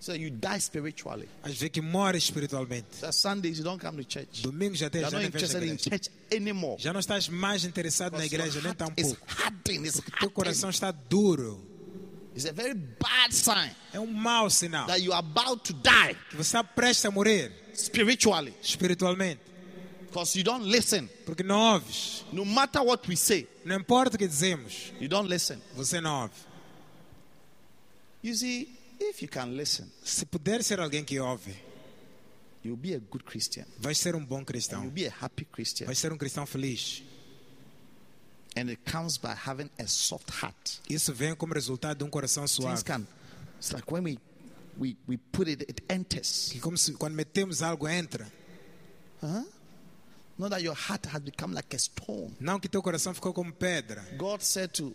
S1: So you die spiritually.
S2: Hás de ver que morres espiritualmente.
S1: So Sundays you don't come to church.
S2: Domingo já,
S1: You
S2: até,
S1: are
S2: já
S1: not
S2: não vens na
S1: interested in
S2: igreja.
S1: church anymore.
S2: Já não estás mais interessado na
S1: Because your
S2: igreja, nem
S1: heart is
S2: tampouco.
S1: hardened. It's,
S2: Teu
S1: hardened.
S2: coração está duro.
S1: It's a very bad sign
S2: É um mau sinal.
S1: that you are about to die
S2: Que você está prestes a morrer
S1: spiritually
S2: espiritualmente.
S1: because you don't listen.
S2: Porque não ouves.
S1: No matter what we say,
S2: Não importa o que dizemos,
S1: you don't listen.
S2: você é não ouve.
S1: You see, if you can listen,
S2: Se puder ser alguém que ouve,
S1: you'll be a good Christian.
S2: vais ser um bom
S1: You'll
S2: cristão.
S1: be a happy Christian.
S2: Vais ser um cristão feliz.
S1: And it comes by having a soft heart.
S2: Isso vem como resultado de um coração
S1: Things
S2: suave.
S1: can, it's like when we, we, we put it, it enters.
S2: Que como se, quando metemos algo, entra.
S1: Not that your heart has become like a stone.
S2: Não que teu coração ficou como pedra.
S1: God said to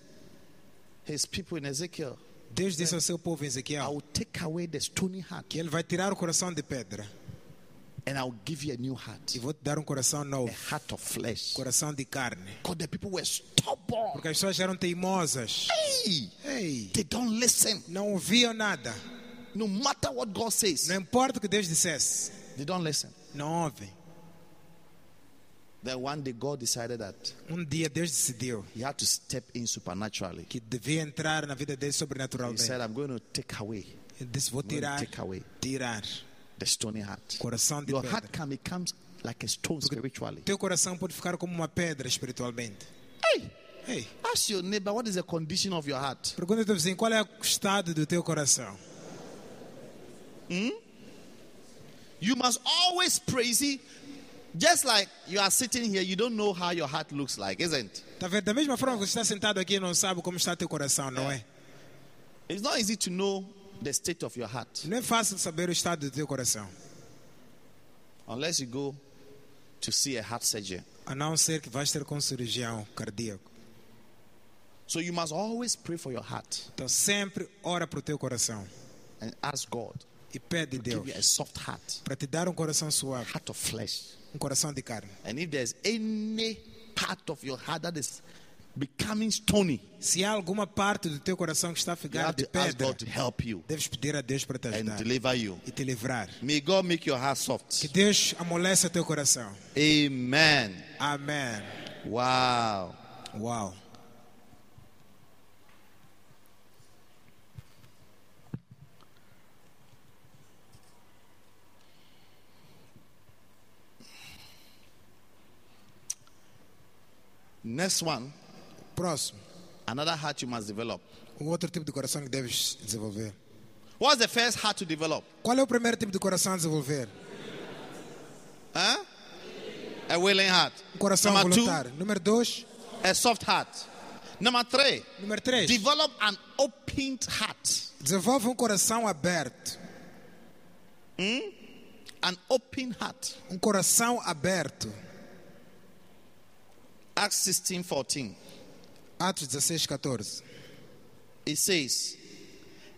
S1: his people in Ezekiel,
S2: Deus disse ao seu povo em
S1: I
S2: Ezequiel
S1: will take away the stony heart
S2: que ele vai tirar o coração de pedra
S1: and I'll give you a new heart,
S2: e vou te dar um coração
S1: a
S2: novo,
S1: heart of flesh.
S2: coração de carne.
S1: Because the people were stubborn.
S2: Porque as pessoas eram teimosas.
S1: Hey,
S2: Ei,
S1: they don't listen.
S2: não ouviam nada.
S1: No matter what God says,
S2: Não importa o que Deus dissesse,
S1: they don't listen.
S2: não ouvem.
S1: Then one day God decided that
S2: Um dia Deus decidiu
S1: he had to step in supernaturally.
S2: que devia entrar na vida dele
S1: He
S2: sobrenaturalmente.
S1: said, I'm going to take away,
S2: Ele disse: Vou
S1: I'm going to
S2: tirar,
S1: take away
S2: tirar
S1: the stony heart.
S2: o coração de
S1: Your
S2: pedra.
S1: heart can become like a stone spiritually.
S2: Teu coração pode ficar como uma pedra espiritualmente.
S1: Hey,
S2: Ei,
S1: ask your neighbor, what is the condition of your heart?
S2: pergunta ao teu vizinho: qual é o estado do teu coração?
S1: You must always pray. See, just like you are sitting here, you don't know how your heart looks like, isn't it?
S2: Tá vendo? Da mesma forma que você está sentado aqui e não sabe como está teu coração, não é?
S1: It's not easy to know the state of your heart
S2: Não é fácil saber o estado do teu coração,
S1: unless you go to see a heart surgeon.
S2: a não ser que vais ter com cirurgião cardíaco.
S1: So you must always pray for your heart
S2: Então sempre ora para o teu coração
S1: and ask God
S2: e pede a
S1: to give
S2: Deus
S1: you a soft heart,
S2: para te dar um coração suave,
S1: heart of flesh.
S2: um coração de carne.
S1: And if there's any part of your heart that is becoming stony,
S2: Se há alguma parte do teu coração que está a
S1: you
S2: ficar
S1: have
S2: de
S1: to ask
S2: pedra,
S1: God to help you
S2: deves pedir a Deus para te
S1: and
S2: ajudar
S1: deliver you.
S2: e te livrar.
S1: May God make your heart soft.
S2: Que Deus amoleça teu coração.
S1: Amen.
S2: Amém.
S1: Wow.
S2: Uau.
S1: Next one,
S2: Próximo.
S1: another heart you must develop.
S2: Um outro tipo de coração que deves desenvolver.
S1: What's the first heart to develop?
S2: Qual é o primeiro tipo de coração a desenvolver?
S1: Huh? A willing heart.
S2: Um coração
S1: Number
S2: voluntário. Número dois.
S1: two, a soft heart. Number three,
S2: Número três.
S1: develop an open heart.
S2: Desenvolve um coração aberto.
S1: An open heart.
S2: Um coração aberto.
S1: Acts 16 14.
S2: Atos 16, 14.
S1: It says,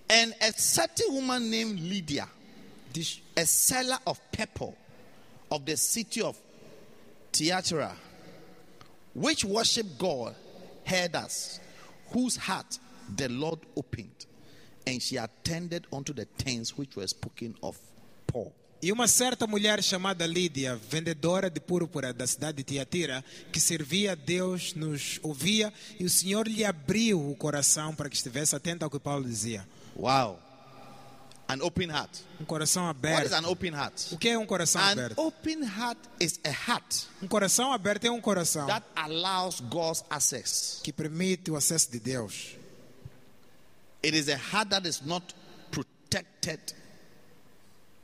S1: And a certain woman named Lydia,
S2: Diz,
S1: a seller of purple of the city of Thyatira, which worshiped God, heard us, whose heart the Lord opened, and she attended unto the things which were spoken of Paul.
S2: E uma certa mulher chamada Lídia, vendedora de púrpura da cidade de Tiatira, que servia a Deus, nos ouvia e o Senhor lhe abriu o coração para que estivesse atenta ao que Paulo dizia.
S1: Wow. An open heart.
S2: Um coração
S1: What is
S2: aberto.
S1: an open heart?
S2: O que é um coração
S1: An
S2: aberto?
S1: open heart is a heart
S2: Um coração aberto é um coração
S1: that allows God's access.
S2: que permite o acesso de Deus.
S1: It is a heart that is not protected,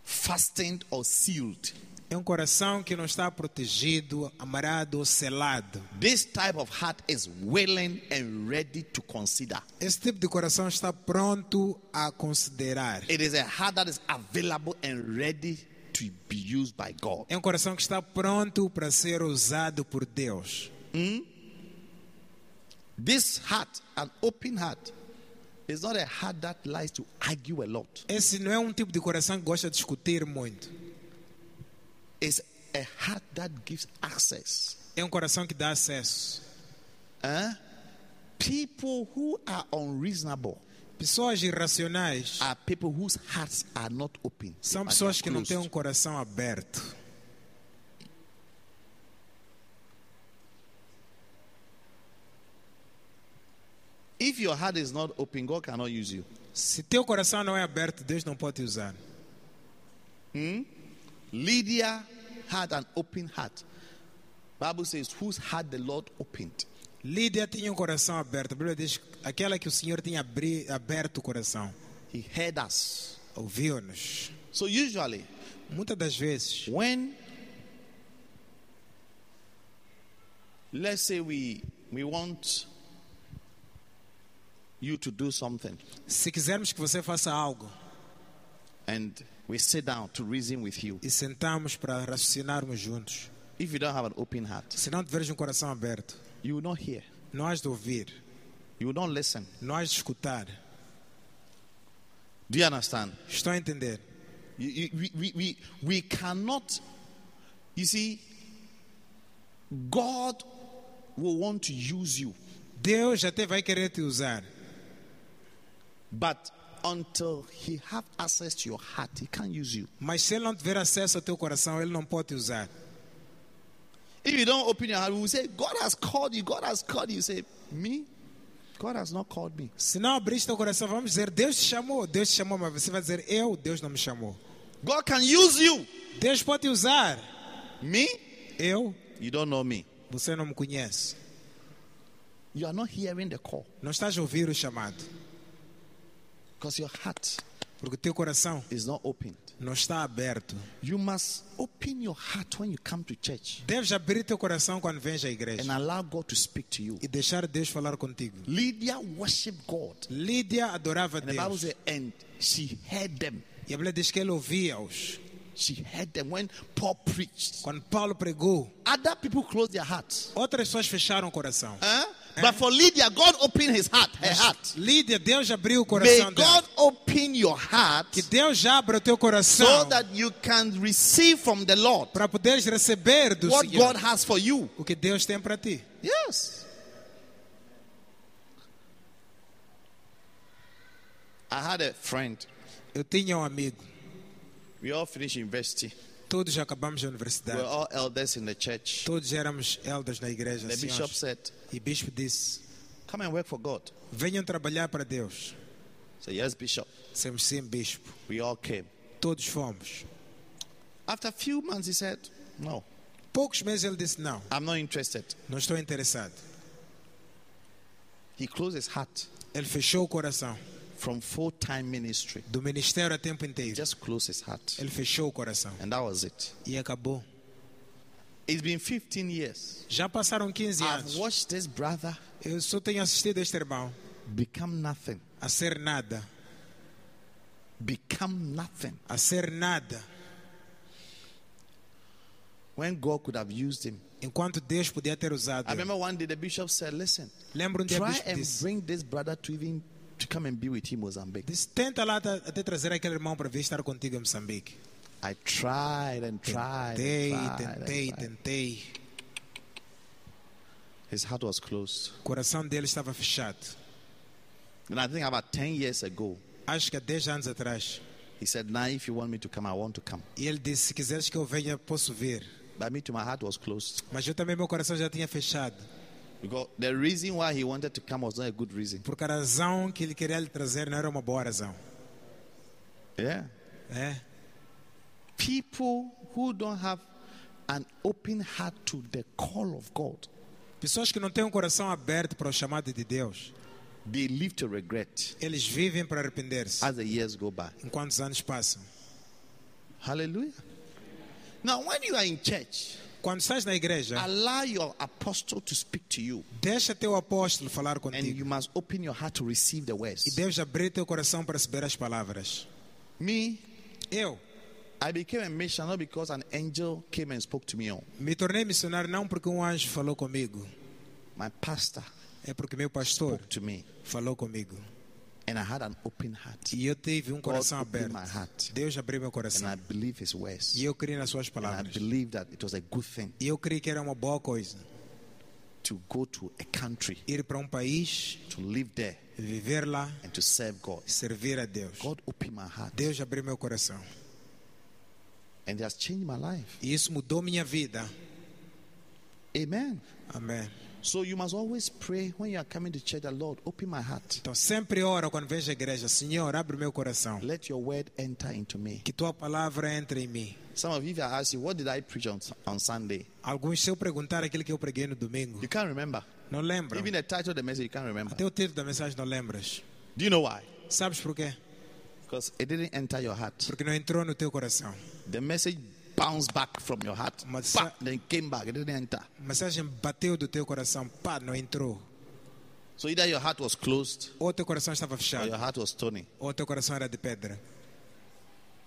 S1: fastened, or sealed.
S2: É um coração que não está protegido, amarrado ou selado.
S1: This type of heart is willing and ready to consider.
S2: Esse tipo de coração está pronto a considerar.
S1: It is a heart that is available and ready to be used by God.
S2: É um coração que está pronto para ser usado por Deus.
S1: This heart, an open heart, is not a heart that likes to argue a lot.
S2: Esse não é um tipo de coração que gosta de discutir muito.
S1: It's a heart that gives access.
S2: É um coração que dá acesso.
S1: Huh? People who are unreasonable
S2: Pessoas irracionais
S1: are people whose hearts are not open.
S2: são
S1: but
S2: pessoas
S1: they're
S2: que não
S1: closed.
S2: têm um coração aberto.
S1: If your heart is not open, God cannot use you.
S2: Se teu coração não é aberto, Deus não pode te usar.
S1: Lydia had an open heart. Bible says, whose heart the Lord opened.
S2: Lídia tinha um coração aberto. A Bíblia diz aquela que o Senhor tinha abri- aberto o coração.
S1: He heard us.
S2: Ouviu-nos.
S1: So usually,
S2: Muitas das vezes,
S1: when let's say we we want you to do something
S2: se quisermos que você faça algo
S1: and we sit down to reason with you.
S2: e sentamos para raciocinarmos juntos,
S1: If you don't have an open heart,
S2: se não tiveres um coração aberto,
S1: you will not hear.
S2: não has de ouvir,
S1: You will not listen.
S2: não has de escutar.
S1: Do you understand?
S2: Estou a entender.
S1: You- you- we, we, we, we cannot, you see, God will want to use you,
S2: Deus até vai querer te usar,
S1: but until He have access to your heart, He can't use you.
S2: mas se Ele não tiver acesso ao teu coração, Ele não pode te usar.
S1: If you don't open your heart, we will say, God has called you, God has called you. You say, Me? God has not called me.
S2: Se não abriste teu coração, vamos dizer, Deus te chamou, Deus te chamou, mas você vai dizer, eu, Deus não me chamou.
S1: God can use you.
S2: Deus pode te usar.
S1: Me?
S2: Eu,
S1: You don't know me.
S2: você não me conhece.
S1: You are not hearing the call
S2: Não estás a ouvir o chamado,
S1: because your heart
S2: porque o teu coração
S1: is not opened.
S2: não está aberto.
S1: You must open your heart when you come to church
S2: Deves abrir teu coração quando vens à igreja
S1: and allow God to speak to you.
S2: e deixar Deus falar contigo.
S1: Lydia worshiped God.
S2: Lídia adorava
S1: And the Bible
S2: Deus.
S1: says, and she heard them.
S2: E a Bíblia diz que ele ouvia-os.
S1: She heard them when Paul preached.
S2: Quando Paulo pregou,
S1: Other people closed their hearts.
S2: outras pessoas fecharam o coração.
S1: Huh? But for Lydia, God opened his heart, her heart.
S2: Lídia, Deus abriu o
S1: May
S2: coração dela.
S1: God open your heart
S2: Que Deus abra o teu
S1: so
S2: coração
S1: that you can receive from the Lord
S2: para poderes receber do
S1: what
S2: Senhor
S1: God has for you.
S2: o que Deus tem para ti.
S1: Yes. I had a friend.
S2: Eu tinha um amigo,
S1: We all finished university.
S2: todos acabamos a
S1: We were
S2: universidade,
S1: all elders in the church.
S2: todos éramos elders na igreja.
S1: The
S2: anciãos.
S1: bishop said,
S2: E o bispo disse:
S1: Come and work for God. I
S2: Venham trabalhar para Deus.
S1: said, Yes, bishop.
S2: Dissemos sim, bispo.
S1: We all came.
S2: Todos fomos.
S1: After a few months, he said, No,
S2: Poucos meses ele disse: Não,
S1: I'm not interested.
S2: não estou interessado.
S1: He closed his heart
S2: Ele fechou o coração
S1: from full time ministry.
S2: do ministério a tempo
S1: He
S2: inteiro.
S1: just closed his heart.
S2: Ele fechou o coração
S1: And that was it.
S2: e acabou.
S1: It's been 15 years.
S2: Já passaram 15
S1: I've
S2: anos.
S1: watched this brother
S2: Eu só tenho assistido este irmão
S1: become nothing.
S2: a ser nada,
S1: Become nothing.
S2: a ser nada,
S1: When God could have used him.
S2: enquanto Deus podia ter usado.
S1: I remember one day the bishop said, Listen,
S2: Lembro um dia o
S1: try
S2: bispo
S1: and
S2: disse,
S1: bring this brother to even to come and be with him in Mozambique.
S2: disse, tenta lá ta- até trazer aquele irmão para vir estar contigo em Moçambique.
S1: I tried and tried.
S2: Tentei,
S1: and tried and
S2: tentei,
S1: tried.
S2: tentei.
S1: His heart was closed.
S2: O coração dele estava fechado.
S1: And I think about 10 years ago,
S2: Acho que há 10 anos atrás.
S1: he said, Now, if you want me to come, I want to come.
S2: E ele disse, se quiseres que eu venha, posso vir.
S1: But me too, my heart was closed.
S2: Mas eu também, meu coração já tinha fechado.
S1: Because the reason why he wanted to come was not a good reason.
S2: Porque a razão que ele queria lhe trazer não era uma boa razão.
S1: Yeah.
S2: É.
S1: People who don't have an open heart to the call of God,
S2: Pessoas que não têm um coração aberto para o chamado de Deus,
S1: they live to regret
S2: eles vivem para arrepender-se
S1: as the years go by.
S2: enquanto os anos passam.
S1: Hallelujah. Now, when you are in church,
S2: Quando estás na igreja,
S1: allow your apostle to speak to you,
S2: deixa teu apóstolo falar
S1: and
S2: contigo.
S1: you must open your heart to receive the
S2: E
S1: words.
S2: deves abrir teu coração para receber as palavras.
S1: Me,
S2: Eu
S1: I became a missionary not because an angel came and spoke to me. oh.
S2: me tornei missionário não porque um anjo falou comigo,
S1: My pastor
S2: é porque meu pastor
S1: spoke to me,
S2: falou comigo.
S1: and I had an open heart,
S2: E eu tive um coração
S1: opened
S2: aberto.
S1: my heart.
S2: Deus abriu meu
S1: and
S2: coração.
S1: I believe his words.
S2: E eu criei nas suas
S1: And I
S2: palavras.
S1: believe that it was a good thing
S2: E eu creio que era uma boa coisa
S1: to go to a country,
S2: ir para um país,
S1: to live there,
S2: viver lá,
S1: and to serve God.
S2: servir a Deus.
S1: God opened my heart,
S2: Deus abriu meu coração.
S1: and it has changed my life.
S2: E isso mudou minha vida.
S1: Amen.
S2: Amém.
S1: So you must always pray when you are coming to church, the Lord, open my heart.
S2: Então sempre oro quando vejo a igreja, Senhor, abre meu coração.
S1: Let your word enter into me.
S2: Que tua palavra entre em mim.
S1: Some of you, if I ask you, what did I preach on, on Sunday?
S2: Alguns, se eu perguntar aquilo que eu preguei no domingo,
S1: You can't remember.
S2: não lembram.
S1: Even the title of the message, you can't remember.
S2: Até o título da mensagem não lembras.
S1: Do you know why?
S2: Sabes por quê?
S1: Because it didn't enter your heart.
S2: Porque não entrou no teu coração.
S1: The message bounced back from your heart,
S2: Mas sa-
S1: Back, then came back. It didn't enter.
S2: A mensagem bateu do teu coração, pá, não entrou.
S1: So either your heart was closed
S2: Ou teu coração estava
S1: or
S2: fechado,
S1: your heart was stony.
S2: ou teu coração era de pedra.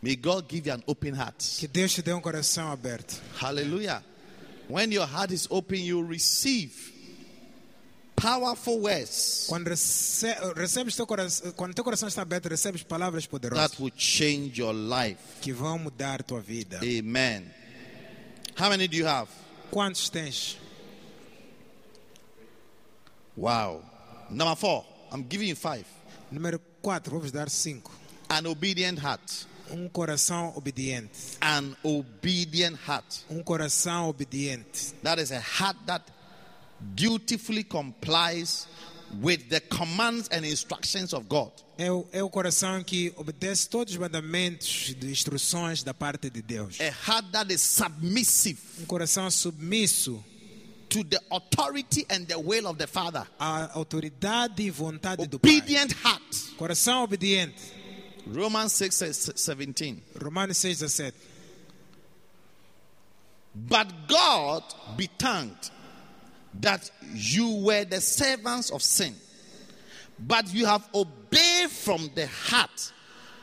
S1: May God give you an open heart.
S2: Que Deus te dê um coração aberto.
S1: Hallelujah. When your heart is open, you receive powerful words
S2: Quando rece recebes teu coração, quando teu coração está aberto, recebes palavras poderosas
S1: that will change your life.
S2: que vão mudar tua vida.
S1: Amen. How many do you have?
S2: Quantos tens?
S1: Wow. Number four. I'm giving you five.
S2: Número 4, vou-vos dar 5.
S1: An obedient heart.
S2: Um coração obediente.
S1: An obedient heart.
S2: Um coração obediente.
S1: That is a heart that dutifully complies with the commands and instructions of God.
S2: É o, é o coração que obedece todos os mandamentos e instruções da parte de Deus.
S1: A heart that is submissive
S2: Um coração submisso
S1: to the authority and the will of the Father.
S2: à autoridade e vontade do Pai.
S1: Obedient heart.
S2: Coração obediente.
S1: Romans 6 says- 17.
S2: Romanos 6, 17.
S1: But God be thanked that you were the servants of sin, but you have obeyed from the heart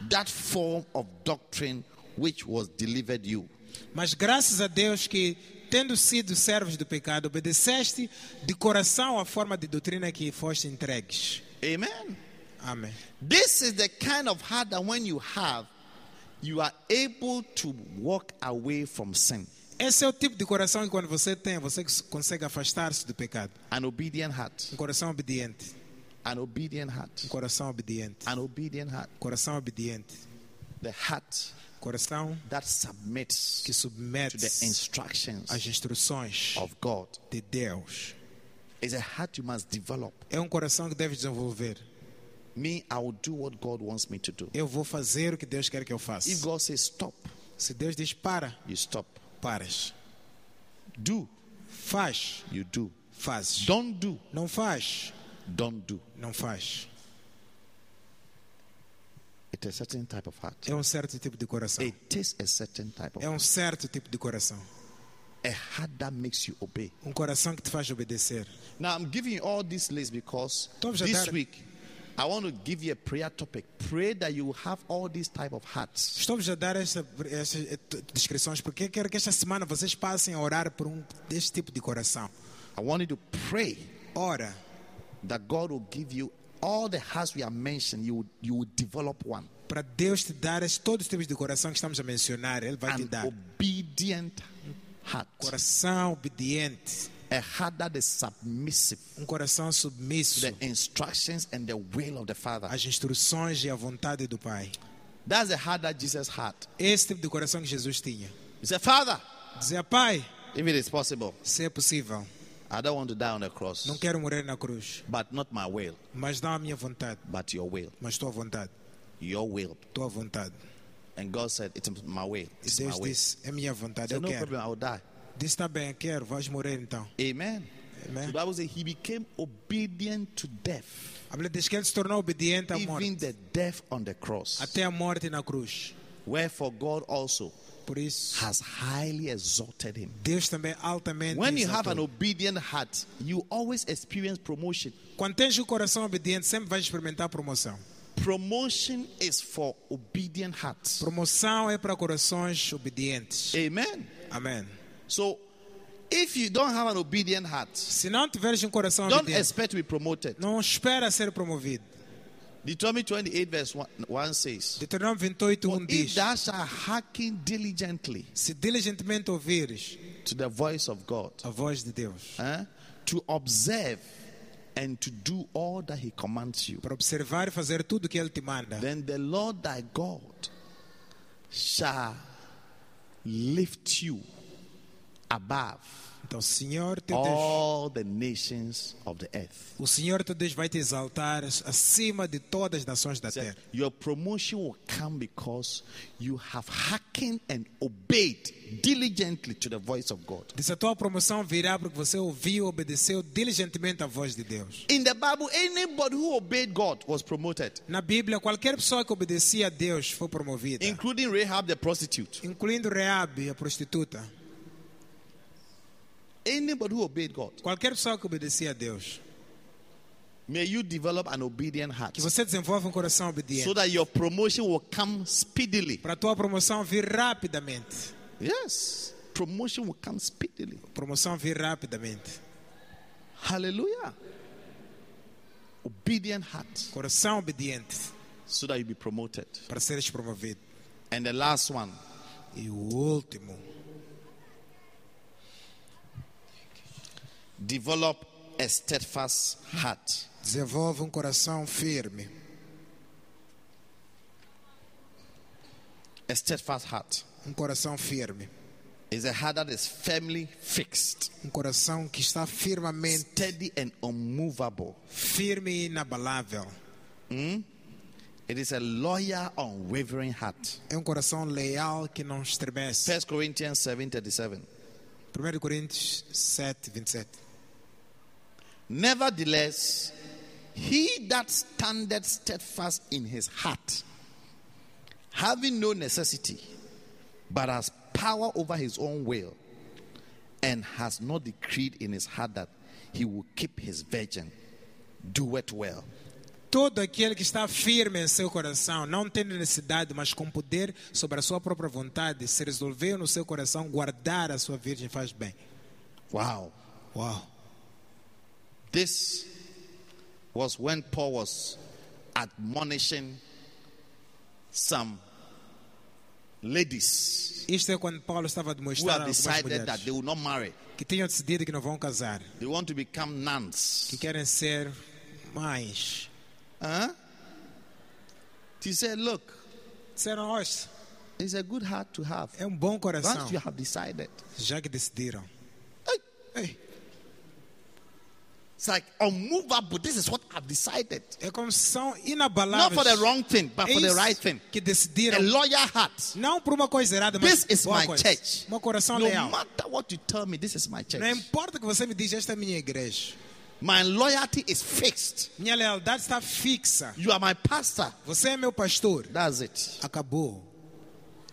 S1: that form of doctrine which was delivered you.
S2: Mas graças a Deus que, tendo sido servos do pecado, obedeceste de coração à forma de doutrina que foste entregues.
S1: Amen.
S2: Amém.
S1: This is the kind of heart that when you have, you are able to walk away from sin.
S2: Esse é o tipo de coração que quando você tem, você cons- consegue afastar-se do pecado.
S1: An obedient heart.
S2: Um coração obediente.
S1: An obedient heart.
S2: Um coração obediente.
S1: An obedient heart.
S2: Coração obediente. um
S1: The heart
S2: Coração
S1: that submits to
S2: que submete
S1: the instructions
S2: às instruções
S1: of God
S2: de Deus.
S1: is a heart you must develop.
S2: É um coração que deve desenvolver.
S1: Me, I will do what God wants me to do.
S2: Eu vou fazer o que Deus quer que eu faça.
S1: If God says stop,
S2: Se Deus diz para,
S1: you stop.
S2: paras.
S1: Do,
S2: Faz,
S1: you do.
S2: fazes.
S1: Don't do,
S2: Não faz,
S1: don't do.
S2: não faz.
S1: It's a certain type of heart.
S2: É um certo tipo de coração.
S1: It takes a certain type of
S2: É um certo tipo de coração.
S1: a heart that makes you obey.
S2: Um coração que te faz obedecer.
S1: Now I'm giving you all this list because
S2: Tom
S1: this
S2: Jadar-
S1: week I want to give you a prayer topic. Pray that you will have all these type of hearts.
S2: Estou-vos a dar esta- estas eh, t- descrições porque quero que esta semana vocês passem a orar por um deste tipo de coração.
S1: I want you to pray
S2: Ora,
S1: that God will give you all the hearts we have mentioned. You will, you will develop one,
S2: para Deus te dar estes- todos os tipos de coração que estamos a mencionar. Ele vai te
S1: an
S2: dar.
S1: obedient heart,
S2: Coração obediente.
S1: a heart that is submissive
S2: Um coração
S1: to
S2: submisso
S1: the instructions and the will of the Father.
S2: às instruções e à vontade do Pai.
S1: That's the heart that Jesus had.
S2: Esse tipo de coração que Jesus tinha.
S1: He said, "Father,
S2: Dizia, Pai,
S1: if it is possible,
S2: se é possível,
S1: I don't want to die on the cross,
S2: não quero morrer na cruz,
S1: but not my will,
S2: mas dá a minha vontade.
S1: but Your will,
S2: Mas tua vontade,
S1: Your will."
S2: tua vontade.
S1: And God said, It's my way.
S2: E
S1: It's my
S2: Deus
S1: way. He
S2: disse, é minha vontade, eu
S1: said, no
S2: quero.
S1: problem, I will die.
S2: Disse, tá bem, eu quero, vais morrer então.
S1: Amen.
S2: Amen.
S1: The Bible says he became obedient to death,
S2: A Bíblia diz que ele se tornou obediente à morte,
S1: even the death on the cross.
S2: até a morte na cruz.
S1: Wherefore God also
S2: Por isso,
S1: has highly exalted him.
S2: Deus também altamente
S1: When you have
S2: exaltou.
S1: an obedient heart, you always experience promotion.
S2: Quando tens o coração obediente, sempre vais experimentar promoção.
S1: Promotion is for obedient hearts.
S2: Promoção é para corações obedientes.
S1: Amen.
S2: Amém.
S1: So if you don't have an obedient heart,
S2: Se não tiveres um coração
S1: don't
S2: obediente,
S1: expect to be promoted.
S2: não espera ser promovido.
S1: Deuteronomy 28, verse 1, 1 says,
S2: Deuteronômio 28,
S1: For
S2: 1
S1: if
S2: diz:
S1: thou shalt hearken diligently
S2: Se diligentemente ouvires
S1: to the voice of God,
S2: a voz de Deus,
S1: eh, to observe and to do all that He commands you,
S2: para observar e fazer tudo o que Ele te manda,
S1: then the Lord thy God shall lift you above
S2: então o Senhor teu Deus,
S1: all the nations of the earth.
S2: o Senhor teu Deus vai te exaltar acima de todas as nações da
S1: That
S2: terra.
S1: Your promotion will come because you have hearkened and obeyed diligently to the voice of God.
S2: Diz a tua promoção virá porque você ouviu, obedeceu diligentemente a voz de Deus.
S1: In the Bible, anybody who obeyed God was promoted.
S2: Na Bíblia, qualquer pessoa que obedecia a Deus foi promovida,
S1: including Rahab the prostitute.
S2: incluindo Reabe, a prostituta.
S1: Anybody who obeyed God,
S2: Qualquer pessoa que obedecia a Deus.
S1: may you develop an obedient heart
S2: Que você desenvolva um coração
S1: so
S2: obediente.
S1: that your promotion will come speedily.
S2: Para a tua promoção vir rapidamente.
S1: Yes, promotion will come speedily.
S2: Promoção vir rapidamente.
S1: Hallelujah. Obedient heart
S2: Coração obediente
S1: so that you be promoted.
S2: para seres promovido.
S1: And the last one,
S2: E o último,
S1: develop a steadfast heart.
S2: desenvolve um coração firme.
S1: A steadfast heart
S2: Um coração firme.
S1: is a heart that is firmly fixed,
S2: Um coração que está firmemente
S1: steady, and unmovable.
S2: firme e inabalável.
S1: It is a loyal, unwavering heart.
S2: É um coração leal que não estremece.
S1: 1 Corinthians 7:37.
S2: 1 Coríntios 7, 27.
S1: Nevertheless, he that standeth steadfast in his heart, having no necessity, but has power over his own will, and has not decreed in his heart that he will keep his virgin, doeth well.
S2: Todo aquele que está firme em seu coração, não tem necessidade, mas com poder sobre a sua própria vontade, se resolveu no seu coração guardar a sua virgem, faz bem.
S1: Wow.
S2: Uau!
S1: This was when Paul was admonishing some ladies
S2: Isto é quando Paulo estava a
S1: who
S2: demonstrar
S1: have
S2: a algumas
S1: decided that
S2: mulheres
S1: they will not marry.
S2: que tinham decidido que não vão casar,
S1: They want to become nuns.
S2: que querem ser mais.
S1: Huh? He said, Look,
S2: Disseram, "Oxe,
S1: it's a good heart to have.
S2: é um bom coração,
S1: Once you have decided,
S2: já que decidiram.
S1: Hey,
S2: Ei,
S1: it's like unmovable. This is what I've decided.
S2: É como se são
S1: Not
S2: inabaláveis.
S1: for the wrong thing, but
S2: é
S1: for the
S2: isso
S1: right thing.
S2: que
S1: A
S2: decidiram.
S1: loyal heart.
S2: Não por uma coisa errada, mas
S1: This is
S2: boa
S1: my
S2: coisa.
S1: church.
S2: Uma coração
S1: No
S2: leal.
S1: matter what you tell me, this is my
S2: Não
S1: church.
S2: importa o que você me diz, esta é a minha igreja.
S1: My loyalty is fixed.
S2: Minha lealdade está fixa.
S1: You are my pastor.
S2: Você é meu pastor.
S1: That's it.
S2: Acabou.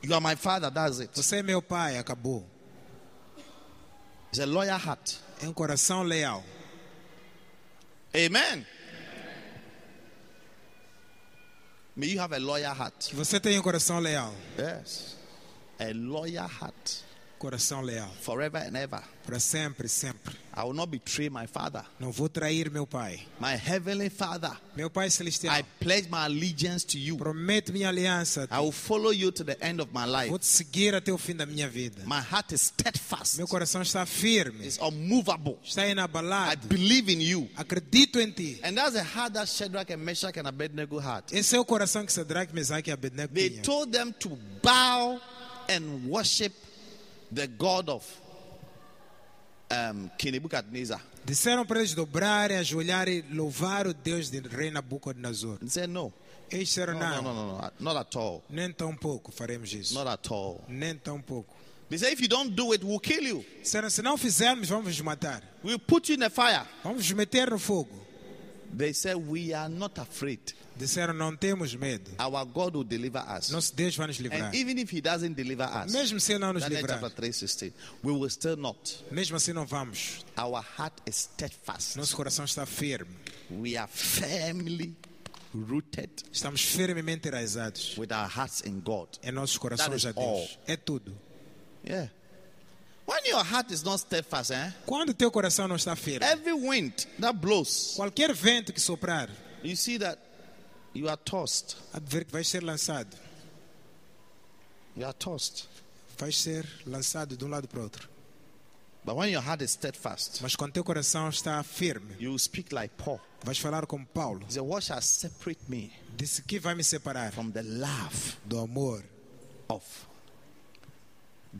S1: You are my father. That's it.
S2: Você é meu pai. Acabou.
S1: It's a loyal heart.
S2: É um coração leal.
S1: Amen. May you have a loyal heart.
S2: Que você tem um coração leal.
S1: Yes. A loyal heart.
S2: Coração leal.
S1: Forever and ever.
S2: Para sempre, sempre.
S1: I will not betray my father.
S2: Não vou trair meu pai.
S1: My heavenly father.
S2: Meu pai celestial.
S1: I pledge my allegiance to you.
S2: Prometo minha aliança.
S1: I will follow you to the end of my life.
S2: Vou te seguir até o fim da minha vida.
S1: My heart is steadfast.
S2: Meu coração está firme.
S1: It's unmovable.
S2: Está
S1: I
S2: inabalado.
S1: believe in you.
S2: Acredito em ti.
S1: And that's a heart that Shadrach and Meshach and Abednego had.
S2: Esse é o coração que Sadraque, Mesaque e Abednego
S1: They
S2: tinham.
S1: told them to bow and worship the God of um, King Nebuchadnezzar.
S2: Disseram para eles dobrarem, ajoelhar e louvar o Deus de rei Nabucodonosor.
S1: And said, no.
S2: Eles disseram,
S1: No, no,
S2: não,
S1: no, no, no, not at all.
S2: nem tão pouco faremos isso.
S1: Not at all.
S2: Nem tão pouco.
S1: They said, if you don't do it, we'll kill you.
S2: Disseram, se não fizermos, vamos nos matar.
S1: We'll put you in the fire.
S2: Vamos nos meter no fogo.
S1: They said, we are not afraid.
S2: Disseram, não temos medo.
S1: Our God will deliver us.
S2: Nosso Deus vai nos livrar.
S1: And even if he doesn't deliver us,
S2: Mesmo se Ele não nos
S1: Daniel
S2: livrar,
S1: chapter 3, 16, we will still not.
S2: mesmo assim não vamos.
S1: Our heart is steadfast.
S2: Nosso coração está firme.
S1: We are firmly rooted
S2: Estamos firmemente enraizados
S1: with our hearts in God.
S2: em É nossos
S1: That
S2: corações
S1: is
S2: a Deus. É tudo.
S1: Yeah. When your heart is not steadfast, eh?
S2: Quando o teu coração não está firme,
S1: every wind that blows,
S2: qualquer vento que soprar,
S1: you see that you are tossed.
S2: há de ver que vais ser lançado.
S1: You are tossed.
S2: Vais ser lançado de um lado para o outro.
S1: But when your heart is steadfast,
S2: Mas quando teu coração está firme,
S1: you will speak like Paul.
S2: vais falar como Paulo.
S1: He said, What shall separate me
S2: Disse que vai me separar
S1: from the love
S2: do amor
S1: of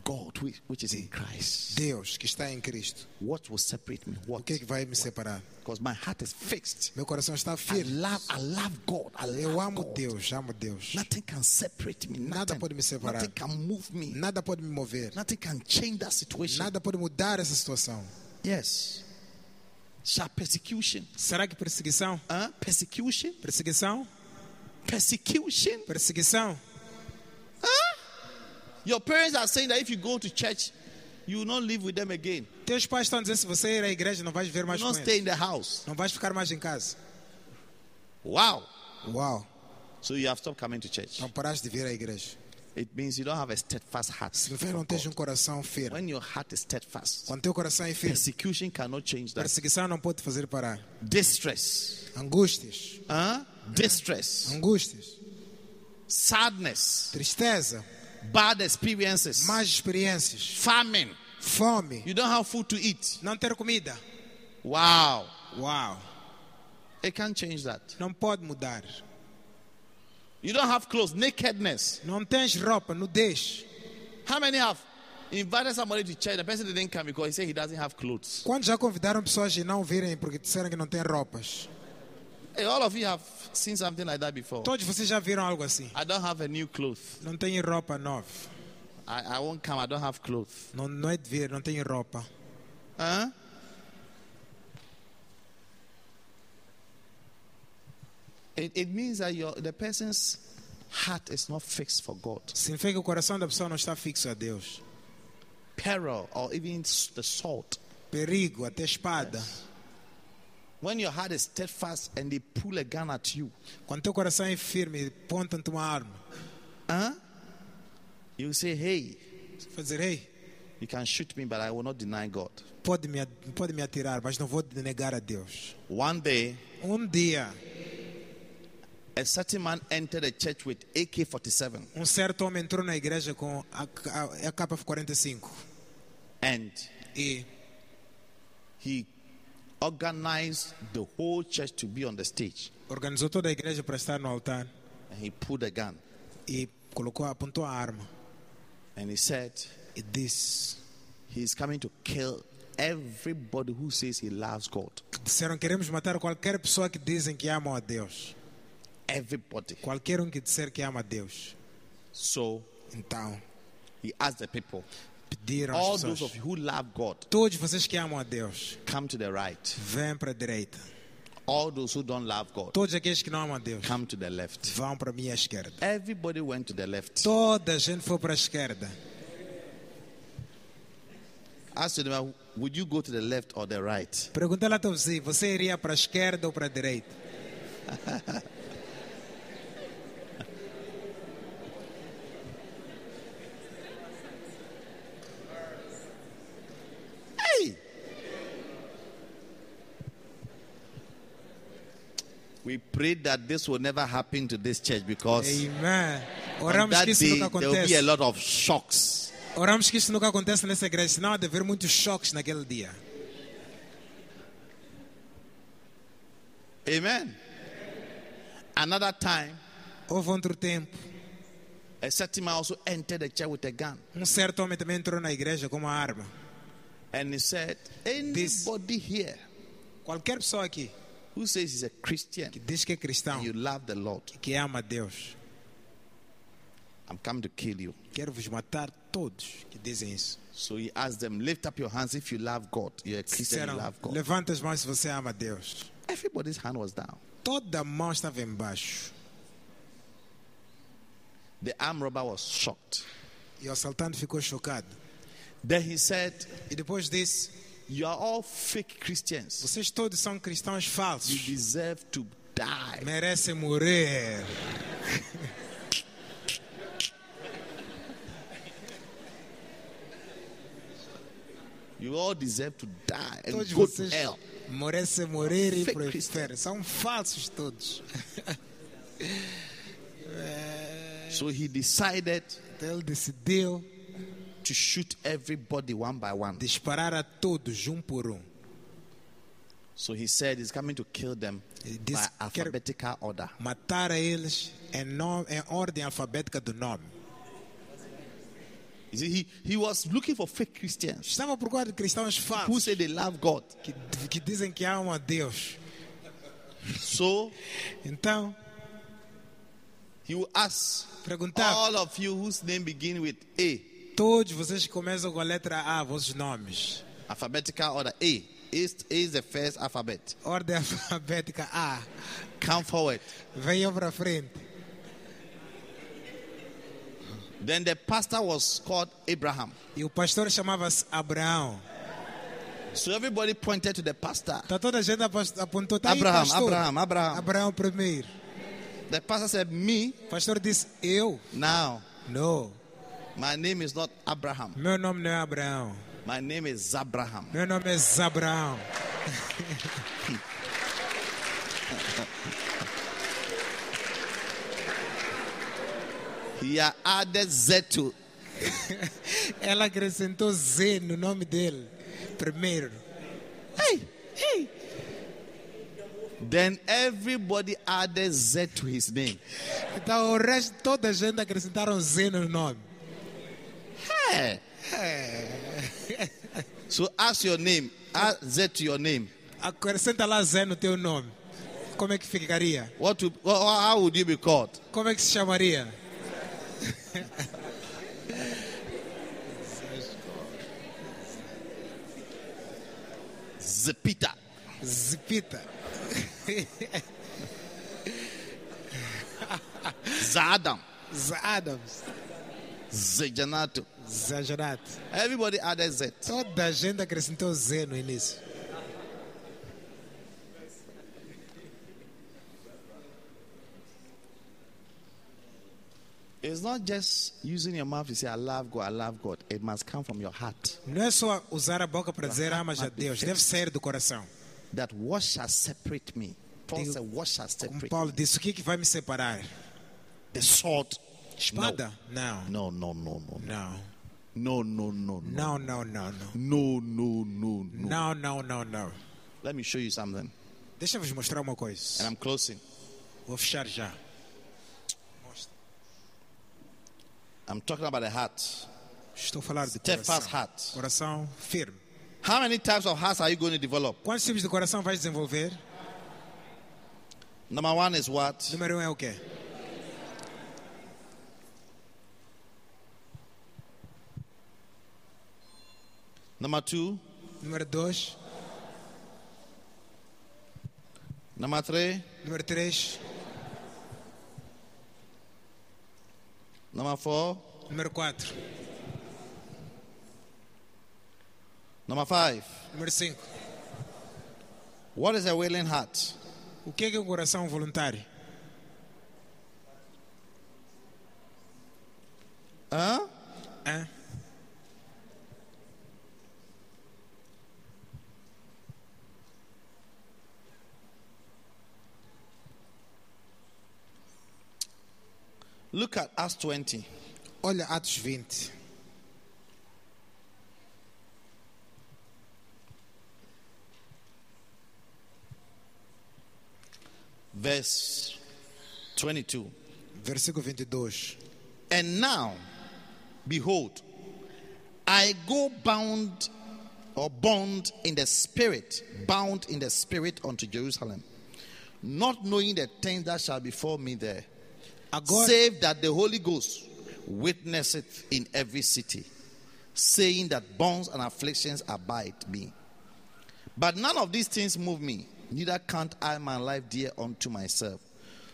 S1: God, which, which is in Christ?
S2: Deus que está em Cristo.
S1: What will separate me?
S2: O
S1: What?
S2: que é que vai me separar?
S1: Because my heart is fixed.
S2: Meu coração está
S1: I
S2: firme.
S1: love, I love God. I
S2: Eu
S1: love
S2: amo
S1: God.
S2: Deus, amo Deus.
S1: Nothing can separate me.
S2: Nada
S1: Nothing,
S2: pode me separar.
S1: nothing can move me.
S2: Nada pode me mover.
S1: Nothing can change that situation.
S2: Nada pode mudar essa situação.
S1: Yes. Shall persecution,
S2: Será que perseguição?
S1: huh? persecution,
S2: Perseguição?
S1: persecution.
S2: Perseguição?
S1: Your parents are saying that if you go to church, you will not live with them again.
S2: Teus pais estão dizendo se você ir à igreja não vais viver
S1: You
S2: mais
S1: will not
S2: com
S1: stay
S2: eles.
S1: in the house.
S2: Não vais ficar mais em casa.
S1: Wow.
S2: Uau.
S1: So you have stopped coming to church.
S2: Não paraste de vir à igreja.
S1: It means you don't have a steadfast heart.
S2: Significa que não
S1: for
S2: tens um
S1: God.
S2: coração firme.
S1: When your heart is steadfast,
S2: Quando teu coração é firme,
S1: persecution cannot change that.
S2: perseguição não pode te fazer parar.
S1: Distress,
S2: Angústias,
S1: huh? distress,
S2: angústias,
S1: sadness,
S2: tristeza,
S1: bad experiences,
S2: más experiências,
S1: famine.
S2: fome,
S1: You don't have food to eat.
S2: não ter comida.
S1: Wow.
S2: Uau.
S1: It can't change that.
S2: Não pode mudar.
S1: You don't have clothes, nakedness.
S2: Não tens roupa, nudez.
S1: How many have invited somebody to church? The person didn't come because he said he doesn't have clothes.
S2: Quando já convidaram pessoas e não virem porque disseram que não têm roupas?
S1: Hey, all of you have seen something like that before.
S2: Todos vocês já viram algo assim.
S1: I don't have a new cloth.
S2: Não tenho roupa nova.
S1: I, I won't come. I don't have clothes.
S2: Não, não é de vir, não tenho roupa.
S1: Huh? It, it means that your, the person's heart is not fixed for God.
S2: Significa que o coração da pessoa não está fixo a Deus.
S1: Peril or even s- the salt.
S2: Perigo, até espada.
S1: When your heart is steadfast and they pull a gun at you,
S2: Quando teu coração é firme, apontam-te uma arma.
S1: huh? you say, hey,
S2: Fazer, ei,
S1: You can shoot me, but I will not deny God.
S2: pode me, pode me atirar, mas não vou negar a Deus.
S1: One day,
S2: Um dia,
S1: a certain man entered a church with AK 47
S2: um certo homem entrou na igreja com a, a, a capa 45
S1: and
S2: e
S1: he organized the whole church to be on the stage.
S2: Organizou toda a igreja para estar no altar
S1: And he pulled a gun
S2: e colocou, apontou a arma
S1: and he said,
S2: e disse:
S1: He's coming to kill everybody who says he loves God.
S2: Disseram, queremos matar qualquer pessoa que dizem que amam a Deus.
S1: Everybody.
S2: Qualquer um que disser que ama a Deus.
S1: So
S2: Então,
S1: he asked the people,
S2: pediram
S1: All
S2: às
S1: those of
S2: pessoas:
S1: you who love God,
S2: Todos vocês que amam a Deus,
S1: come to the right.
S2: vêm para a direita.
S1: All those who don't love God,
S2: Todos aqueles que não amam a Deus,
S1: come to the left.
S2: vão para a minha esquerda.
S1: Everybody went to the left.
S2: Toda a gente foi para a esquerda.
S1: Asked them, Would you go to the left or the right?
S2: Perguntei lá ao teu vizinho, você iria para a esquerda ou para a direita?
S1: Hey! We prayed that this will never happen to this church because
S2: Amém.
S1: on
S2: Oramos
S1: that
S2: que isso
S1: day
S2: nunca
S1: there will be a
S2: acontece.
S1: lot of shocks.
S2: Oramos que isso nunca acontece nessa igreja, senão há de haver muitos choques naquele dia.
S1: Amen. Another time,
S2: Houve outro tempo.
S1: a certain man also entered the church with a gun
S2: Um certo homem também entrou na igreja com uma arma.
S1: and he said,
S2: This-
S1: Anybody here
S2: Qualquer pessoa aqui
S1: who says he's a Christian,
S2: que diz que é cristão,
S1: you love the Lord,
S2: que ama a Deus,
S1: I'm coming to kill you.
S2: quero vos matar todos que dizem isso.
S1: So he asked them, Lift up your hands if you love God. You're a Christian, you
S2: Disseram,
S1: love God.
S2: levanta as mãos se você ama a Deus.
S1: Everybody's hand was down.
S2: Toda a mão estava embaixo.
S1: The arm robber was shocked.
S2: E o assaltante ficou chocado.
S1: Then he said,
S2: E depois disse,
S1: You are all fake Christians.
S2: vocês todos são cristãos
S1: You
S2: falsos.
S1: deserve to die.
S2: Merecem morrer.
S1: You all deserve to die and
S2: Todos
S1: go to
S2: vocês
S1: hell.
S2: merecem morrer e
S1: Fake
S2: pro
S1: Christian.
S2: inferno. São falsos todos.
S1: So he decided
S2: Então ele decidiu
S1: to shoot everybody one by one.
S2: disparar a todos, um por um.
S1: So he said he's coming to kill them
S2: He dis-
S1: by alphabetical order.
S2: Matar a eles em, no- em ordem alfabética do nome.
S1: You see, he, he was looking for fake Christians
S2: Estava por causa de cristãos
S1: who
S2: falsos
S1: say they love God.
S2: que, que dizem que amam a Deus.
S1: So
S2: Então,
S1: he will ask
S2: perguntava,
S1: all of you whose name begin with A,
S2: todos vocês que começam com a letra A, vossos nomes.
S1: alphabetical order A. A is, A is the first alphabet.
S2: Ordem alfabética A.
S1: Come forward.
S2: Venham para frente.
S1: Then the pastor was called Abraham.
S2: E o pastor chamava-se Abraão.
S1: So everybody pointed to the pastor.
S2: Tá toda a gente apas- apontou. Tá aí,
S1: Abraham,
S2: pastor.
S1: Abraham, Abraham.
S2: Abraão primeiro.
S1: The pastor said, Me
S2: O pastor disse, eu?
S1: now.
S2: Não.
S1: My name is not Abraham.
S2: Meu nome não é Abraão.
S1: My name is Abraham.
S2: Meu nome é Zabraão.
S1: He had added Z to
S2: Ela acrescentou Z no nome dele. Primeiro.
S1: hey, hey. Then everybody added Z to his name.
S2: Então o resto, toda a gente acrescentaram Z no nome.
S1: Hey. so ask your name. Add Z to your name.
S2: Acrescenta lá Z no teu nome. Como é que ficaria?
S1: What would, wha- wha- how would you be called?
S2: Como é que se chamaria?
S1: Zepita.
S2: Zipita.
S1: Zadam.
S2: Z Adams.
S1: Zejanato.
S2: Zajarat.
S1: Everybody added Z.
S2: Toda a gente acrescentou Z no início.
S1: It's not just using your mouth to say, I love God, I love God. It must come from your heart.
S2: Não é só usar a boca para dizer amas a Deus. Deve sair do coração.
S1: That what shall separate me? Paul said, What shall
S2: Como
S1: separate
S2: Paulo disse, o que, que vai me separar?
S1: The sword.
S2: Espada? Não.
S1: No, no, no, no.
S2: Não.
S1: No, no, no, no.
S2: Não, não, não, não.
S1: No, no, no, no.
S2: Não, não, não, não.
S1: Let me show you something.
S2: Deixa eu vos mostrar uma
S1: And
S2: coisa.
S1: I'm closing.
S2: Vou fechar já. Mostra.
S1: I'm talking about a heart.
S2: Estou a falar de
S1: Steadfast
S2: coração.
S1: heart.
S2: Coração firme.
S1: How many types of hearts are you going to develop?
S2: Quantos tipos de coração vais desenvolver?
S1: Number one is what?
S2: Número um é o quê?
S1: Number two?
S2: Número dois.
S1: Number three?
S2: Número três.
S1: Number four?
S2: Número quatro.
S1: Number five?
S2: Número cinco.
S1: What is a willing heart?
S2: O que é que é um coração voluntário?
S1: Huh?
S2: Hã?
S1: Look at Acts 20.
S2: Olha Atos 20.
S1: verse 22.
S2: Versículo 22.
S1: And now, behold, I go bound or bound in the spirit, bound in the spirit unto Jerusalem, not knowing the things that shall befall me there,
S2: Agora,
S1: save that the Holy Ghost witnesseth in every city, saying that bonds and afflictions abide me. But none of these things move me, neither count I my life dear unto myself,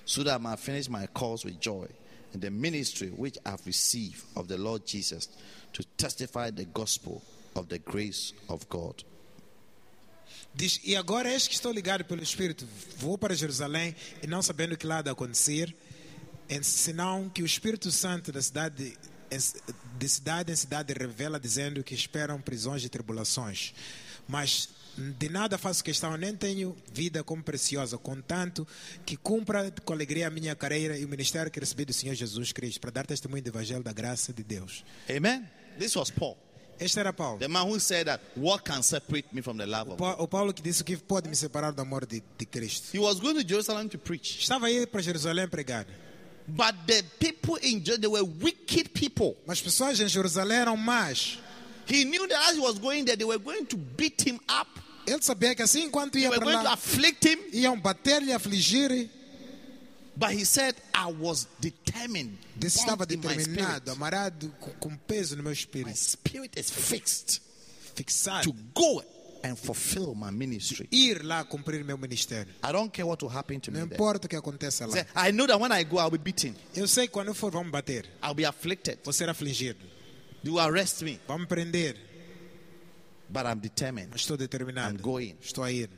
S1: so that I may finish my course with joy and the ministry which I have received of the Lord Jesus to testify the gospel of the grace of God.
S2: diz, e agora eis que estou ligado pelo Espírito, vou para Jerusalém e não sabendo que lá há de acontecer, em- senão que o Espírito Santo da cidade, em- de cidade em cidade revela, dizendo que esperam prisões e tribulações. Mas de nada faço questão, nem tenho vida como preciosa, contanto que cumpra com alegria a minha carreira e o ministério que recebi do Senhor Jesus Cristo, para dar testemunho do Evangelho da graça de Deus.
S1: Amen. This was Paul,
S2: Este era Paulo.
S1: the man who said that what can separate me from the love of God.
S2: Pa- O Paulo que disse o que pode me separar do amor de, de Cristo.
S1: He was going to Jerusalem to preach.
S2: Estava aí para Jerusalém pregar.
S1: But the people in Jerusalem, they were wicked people.
S2: Mas pessoas em Jerusalém eram más.
S1: He knew that as he was going there, they were going to beat him up.
S2: Ele sabia que assim, enquanto
S1: They
S2: ia
S1: were
S2: para
S1: going to
S2: lá,
S1: afflict him.
S2: iam bater-lhe, afligir.
S1: But he said, I was determined.
S2: Disse estava
S1: bound in my spirit.
S2: determinado, amarrado com, com peso no meu
S1: My
S2: espírito.
S1: spirit is fixed to
S2: Fixado.
S1: go and fulfill my ministry.
S2: Ir lá cumprir meu ministério.
S1: I don't care what will happen to me.
S2: Não
S1: there.
S2: importa o que aconteça
S1: He
S2: lá.
S1: said, I know that when I go, I'll be beaten.
S2: Eu sei que quando eu for vão me bater.
S1: I'll be afflicted.
S2: Vou ser afligido.
S1: You will arrest me.
S2: Vão me prender.
S1: But I'm determined.
S2: Mas estou
S1: I'm
S2: determinado.
S1: going.
S2: Estou a ir.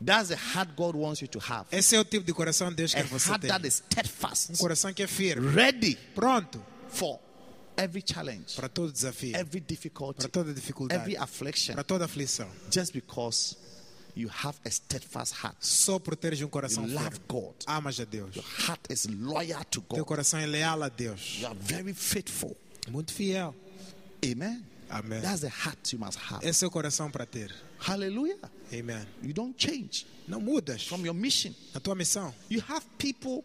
S1: That's the heart God wants you to have.
S2: Esse é o tipo de coração de Deus
S1: A
S2: que você
S1: heart
S2: tem.
S1: that is
S2: Um
S1: steadfast,
S2: coração que é firme.
S1: ready
S2: Pronto.
S1: for every challenge,
S2: para todo desafio,
S1: every
S2: para
S1: difficulty,
S2: toda dificuldade,
S1: every affliction,
S2: para toda aflição.
S1: just because you have a steadfast heart.
S2: Só por teres um
S1: You
S2: coração
S1: love
S2: firme.
S1: God.
S2: Amas a Deus.
S1: Your heart is loyal to
S2: Teu
S1: God.
S2: coração é leal a Deus.
S1: You are very faithful.
S2: Muito fiel.
S1: Amen.
S2: Amém.
S1: That's the heart you must have.
S2: Esse é o coração para ter.
S1: Hallelujah.
S2: Amém.
S1: You don't change
S2: Não mudas
S1: from your mission.
S2: na tua missão.
S1: You have people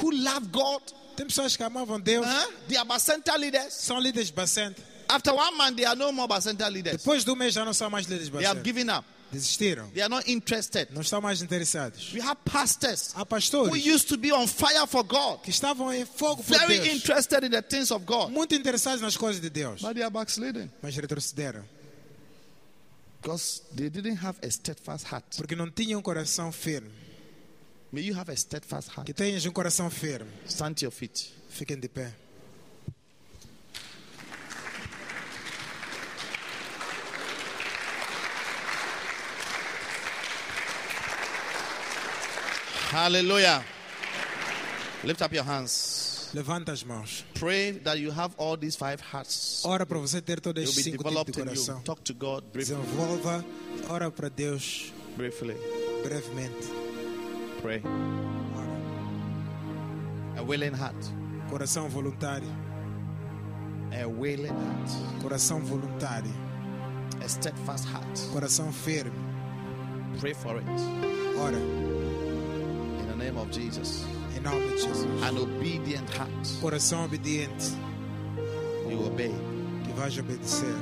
S1: who love God.
S2: Tem pessoas que amavam Deus,
S1: Huh? They are Bacenta leaders.
S2: são líderes de Bacente.
S1: After one month, they are no more Bacenta leaders.
S2: Depois do mês já não são mais líderes de
S1: They have
S2: Bacente.
S1: given up.
S2: Desistiram.
S1: They are not interested.
S2: Não estão mais interessados.
S1: We have pastors
S2: Há
S1: who
S2: pastores
S1: used to be on fire for God,
S2: que estavam em fogo por
S1: very
S2: Deus.
S1: interested in the things of God,
S2: Muito interessados nas coisas de Deus.
S1: but they are backsliding
S2: Mas retrocederam.
S1: because they didn't have a steadfast heart.
S2: Porque não tinham um coração firme.
S1: May you have a steadfast heart.
S2: Que tenhas um coração firme.
S1: Stand to your feet.
S2: Fiquem de pé.
S1: Hallelujah. Lift up your hands.
S2: Levanta as mãos.
S1: Pray that you have all these five hearts.
S2: Ora para você ter todos
S1: You'll
S2: estes
S1: be
S2: cinco tipos de
S1: developed in you.
S2: coração.
S1: Talk to God briefly.
S2: Desenvolva. Ora para Deus
S1: briefly.
S2: brevemente.
S1: Pray.
S2: Ora.
S1: A willing heart.
S2: Coração voluntário.
S1: A willing heart.
S2: Coração voluntário.
S1: A steadfast heart.
S2: Coração firme.
S1: Pray for it
S2: Ora,
S1: in the name of Jesus.
S2: em nome de Jesus.
S1: An obedient heart,
S2: Coração obediente,
S1: you obey.
S2: que vais obedecer.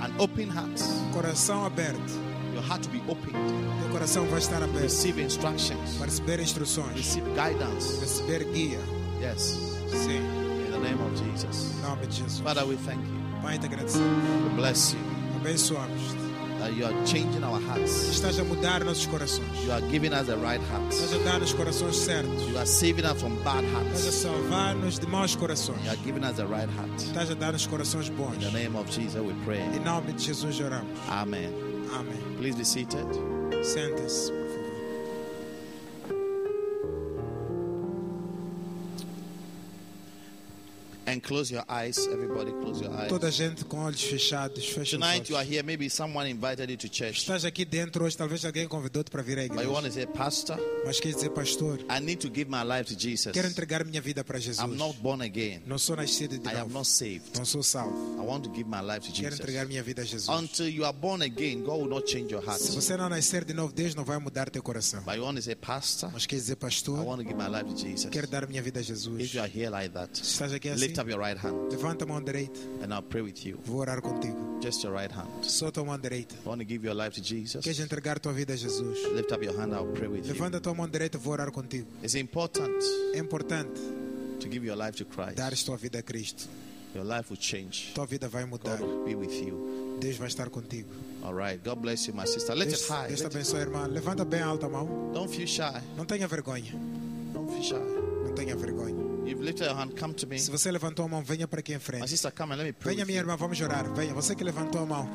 S1: An open heart,
S2: Coração aberto,
S1: your heart will be opened.
S2: teu coração vai estar aberto
S1: Receive instructions,
S2: para receber instruções,
S1: receive guidance.
S2: receber guia.
S1: Yes,
S2: Sim,
S1: in the name of Jesus.
S2: em nome de Jesus.
S1: Father, we thank you.
S2: Pai, te agradecemos.
S1: We bless you
S2: Abençoamos-te.
S1: that you are changing our hearts.
S2: Estás a mudar nossos corações.
S1: You are giving us the right hearts.
S2: Estás a dar os corações certos.
S1: You are saving us from bad
S2: Estás a
S1: hearts.
S2: salvar-nos de maus corações. Tá,
S1: You are giving us the right heart.
S2: Estás a dar-nos corações bons.
S1: In the name of Jesus, we pray.
S2: Em nome de Jesus oramos.
S1: Amen.
S2: Amém.
S1: Please be seated.
S2: Sente-se, por favor.
S1: And close your eyes. Everybody, close your eyes.
S2: Toda a gente com olhos fechados, fecha os
S1: Tonight you are
S2: olhos.
S1: here. Maybe someone invited you to church.
S2: Estás aqui dentro hoje, talvez alguém convidou-te para vir à
S1: But you want to say,
S2: igreja.
S1: Pastor,
S2: Mas quer dizer, pastor,
S1: I need to give my life to Jesus.
S2: quero entregar minha vida para
S1: I'm
S2: Jesus.
S1: not born again.
S2: Não sou nascido de
S1: I am not
S2: novo.
S1: saved.
S2: Não sou salvo.
S1: I want to give my life to
S2: Quero entregar
S1: Jesus.
S2: minha vida a Jesus.
S1: Until you are born again, God will not change your heart.
S2: Se você não nascer de novo, Deus não vai mudar teu coração.
S1: But you want to say, Pastor,
S2: Mas quer dizer,
S1: I
S2: pastor,
S1: want to give my life to Jesus.
S2: quero dar minha vida a Jesus.
S1: If you are here like that,
S2: Estás aqui assim?
S1: lift up your right hand
S2: Levanta a mão direita.
S1: and I'll pray with you.
S2: Vou orar contigo.
S1: Just your right hand.
S2: Só tua mão direita.
S1: You want to give your life to Jesus?
S2: Queres entregar tua vida a Jesus?
S1: Lift up your hand, I'll pray with you.
S2: Levanta tua mão direita, vou orar contigo.
S1: It's important
S2: É importante
S1: to give your life to Christ.
S2: dares tua vida a Cristo.
S1: Your life will change.
S2: Tua vida vai mudar.
S1: God will be with you.
S2: Deus vai estar contigo.
S1: All right. God bless you, my sister. Let
S2: Deus,
S1: us high.
S2: Deus te
S1: Lift-
S2: abençoe, irmã. Levanta bem alta a mão.
S1: Don't feel shy.
S2: Não tenha vergonha.
S1: Don't feel shy.
S2: Não tenha vergonha.
S1: You've lifted your hand. Come to me.
S2: Se você levantou a mão, venha para aqui em
S1: My
S2: frente.
S1: sister, come and let me pray.
S2: Venha,
S1: with
S2: minha
S1: you.
S2: irmã, vamos orar. Venha, você que levantou a mão.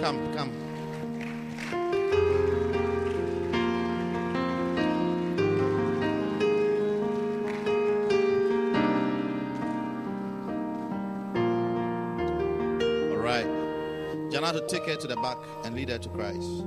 S1: Come, come. All right. Janato, take her to the back and lead her to Christ.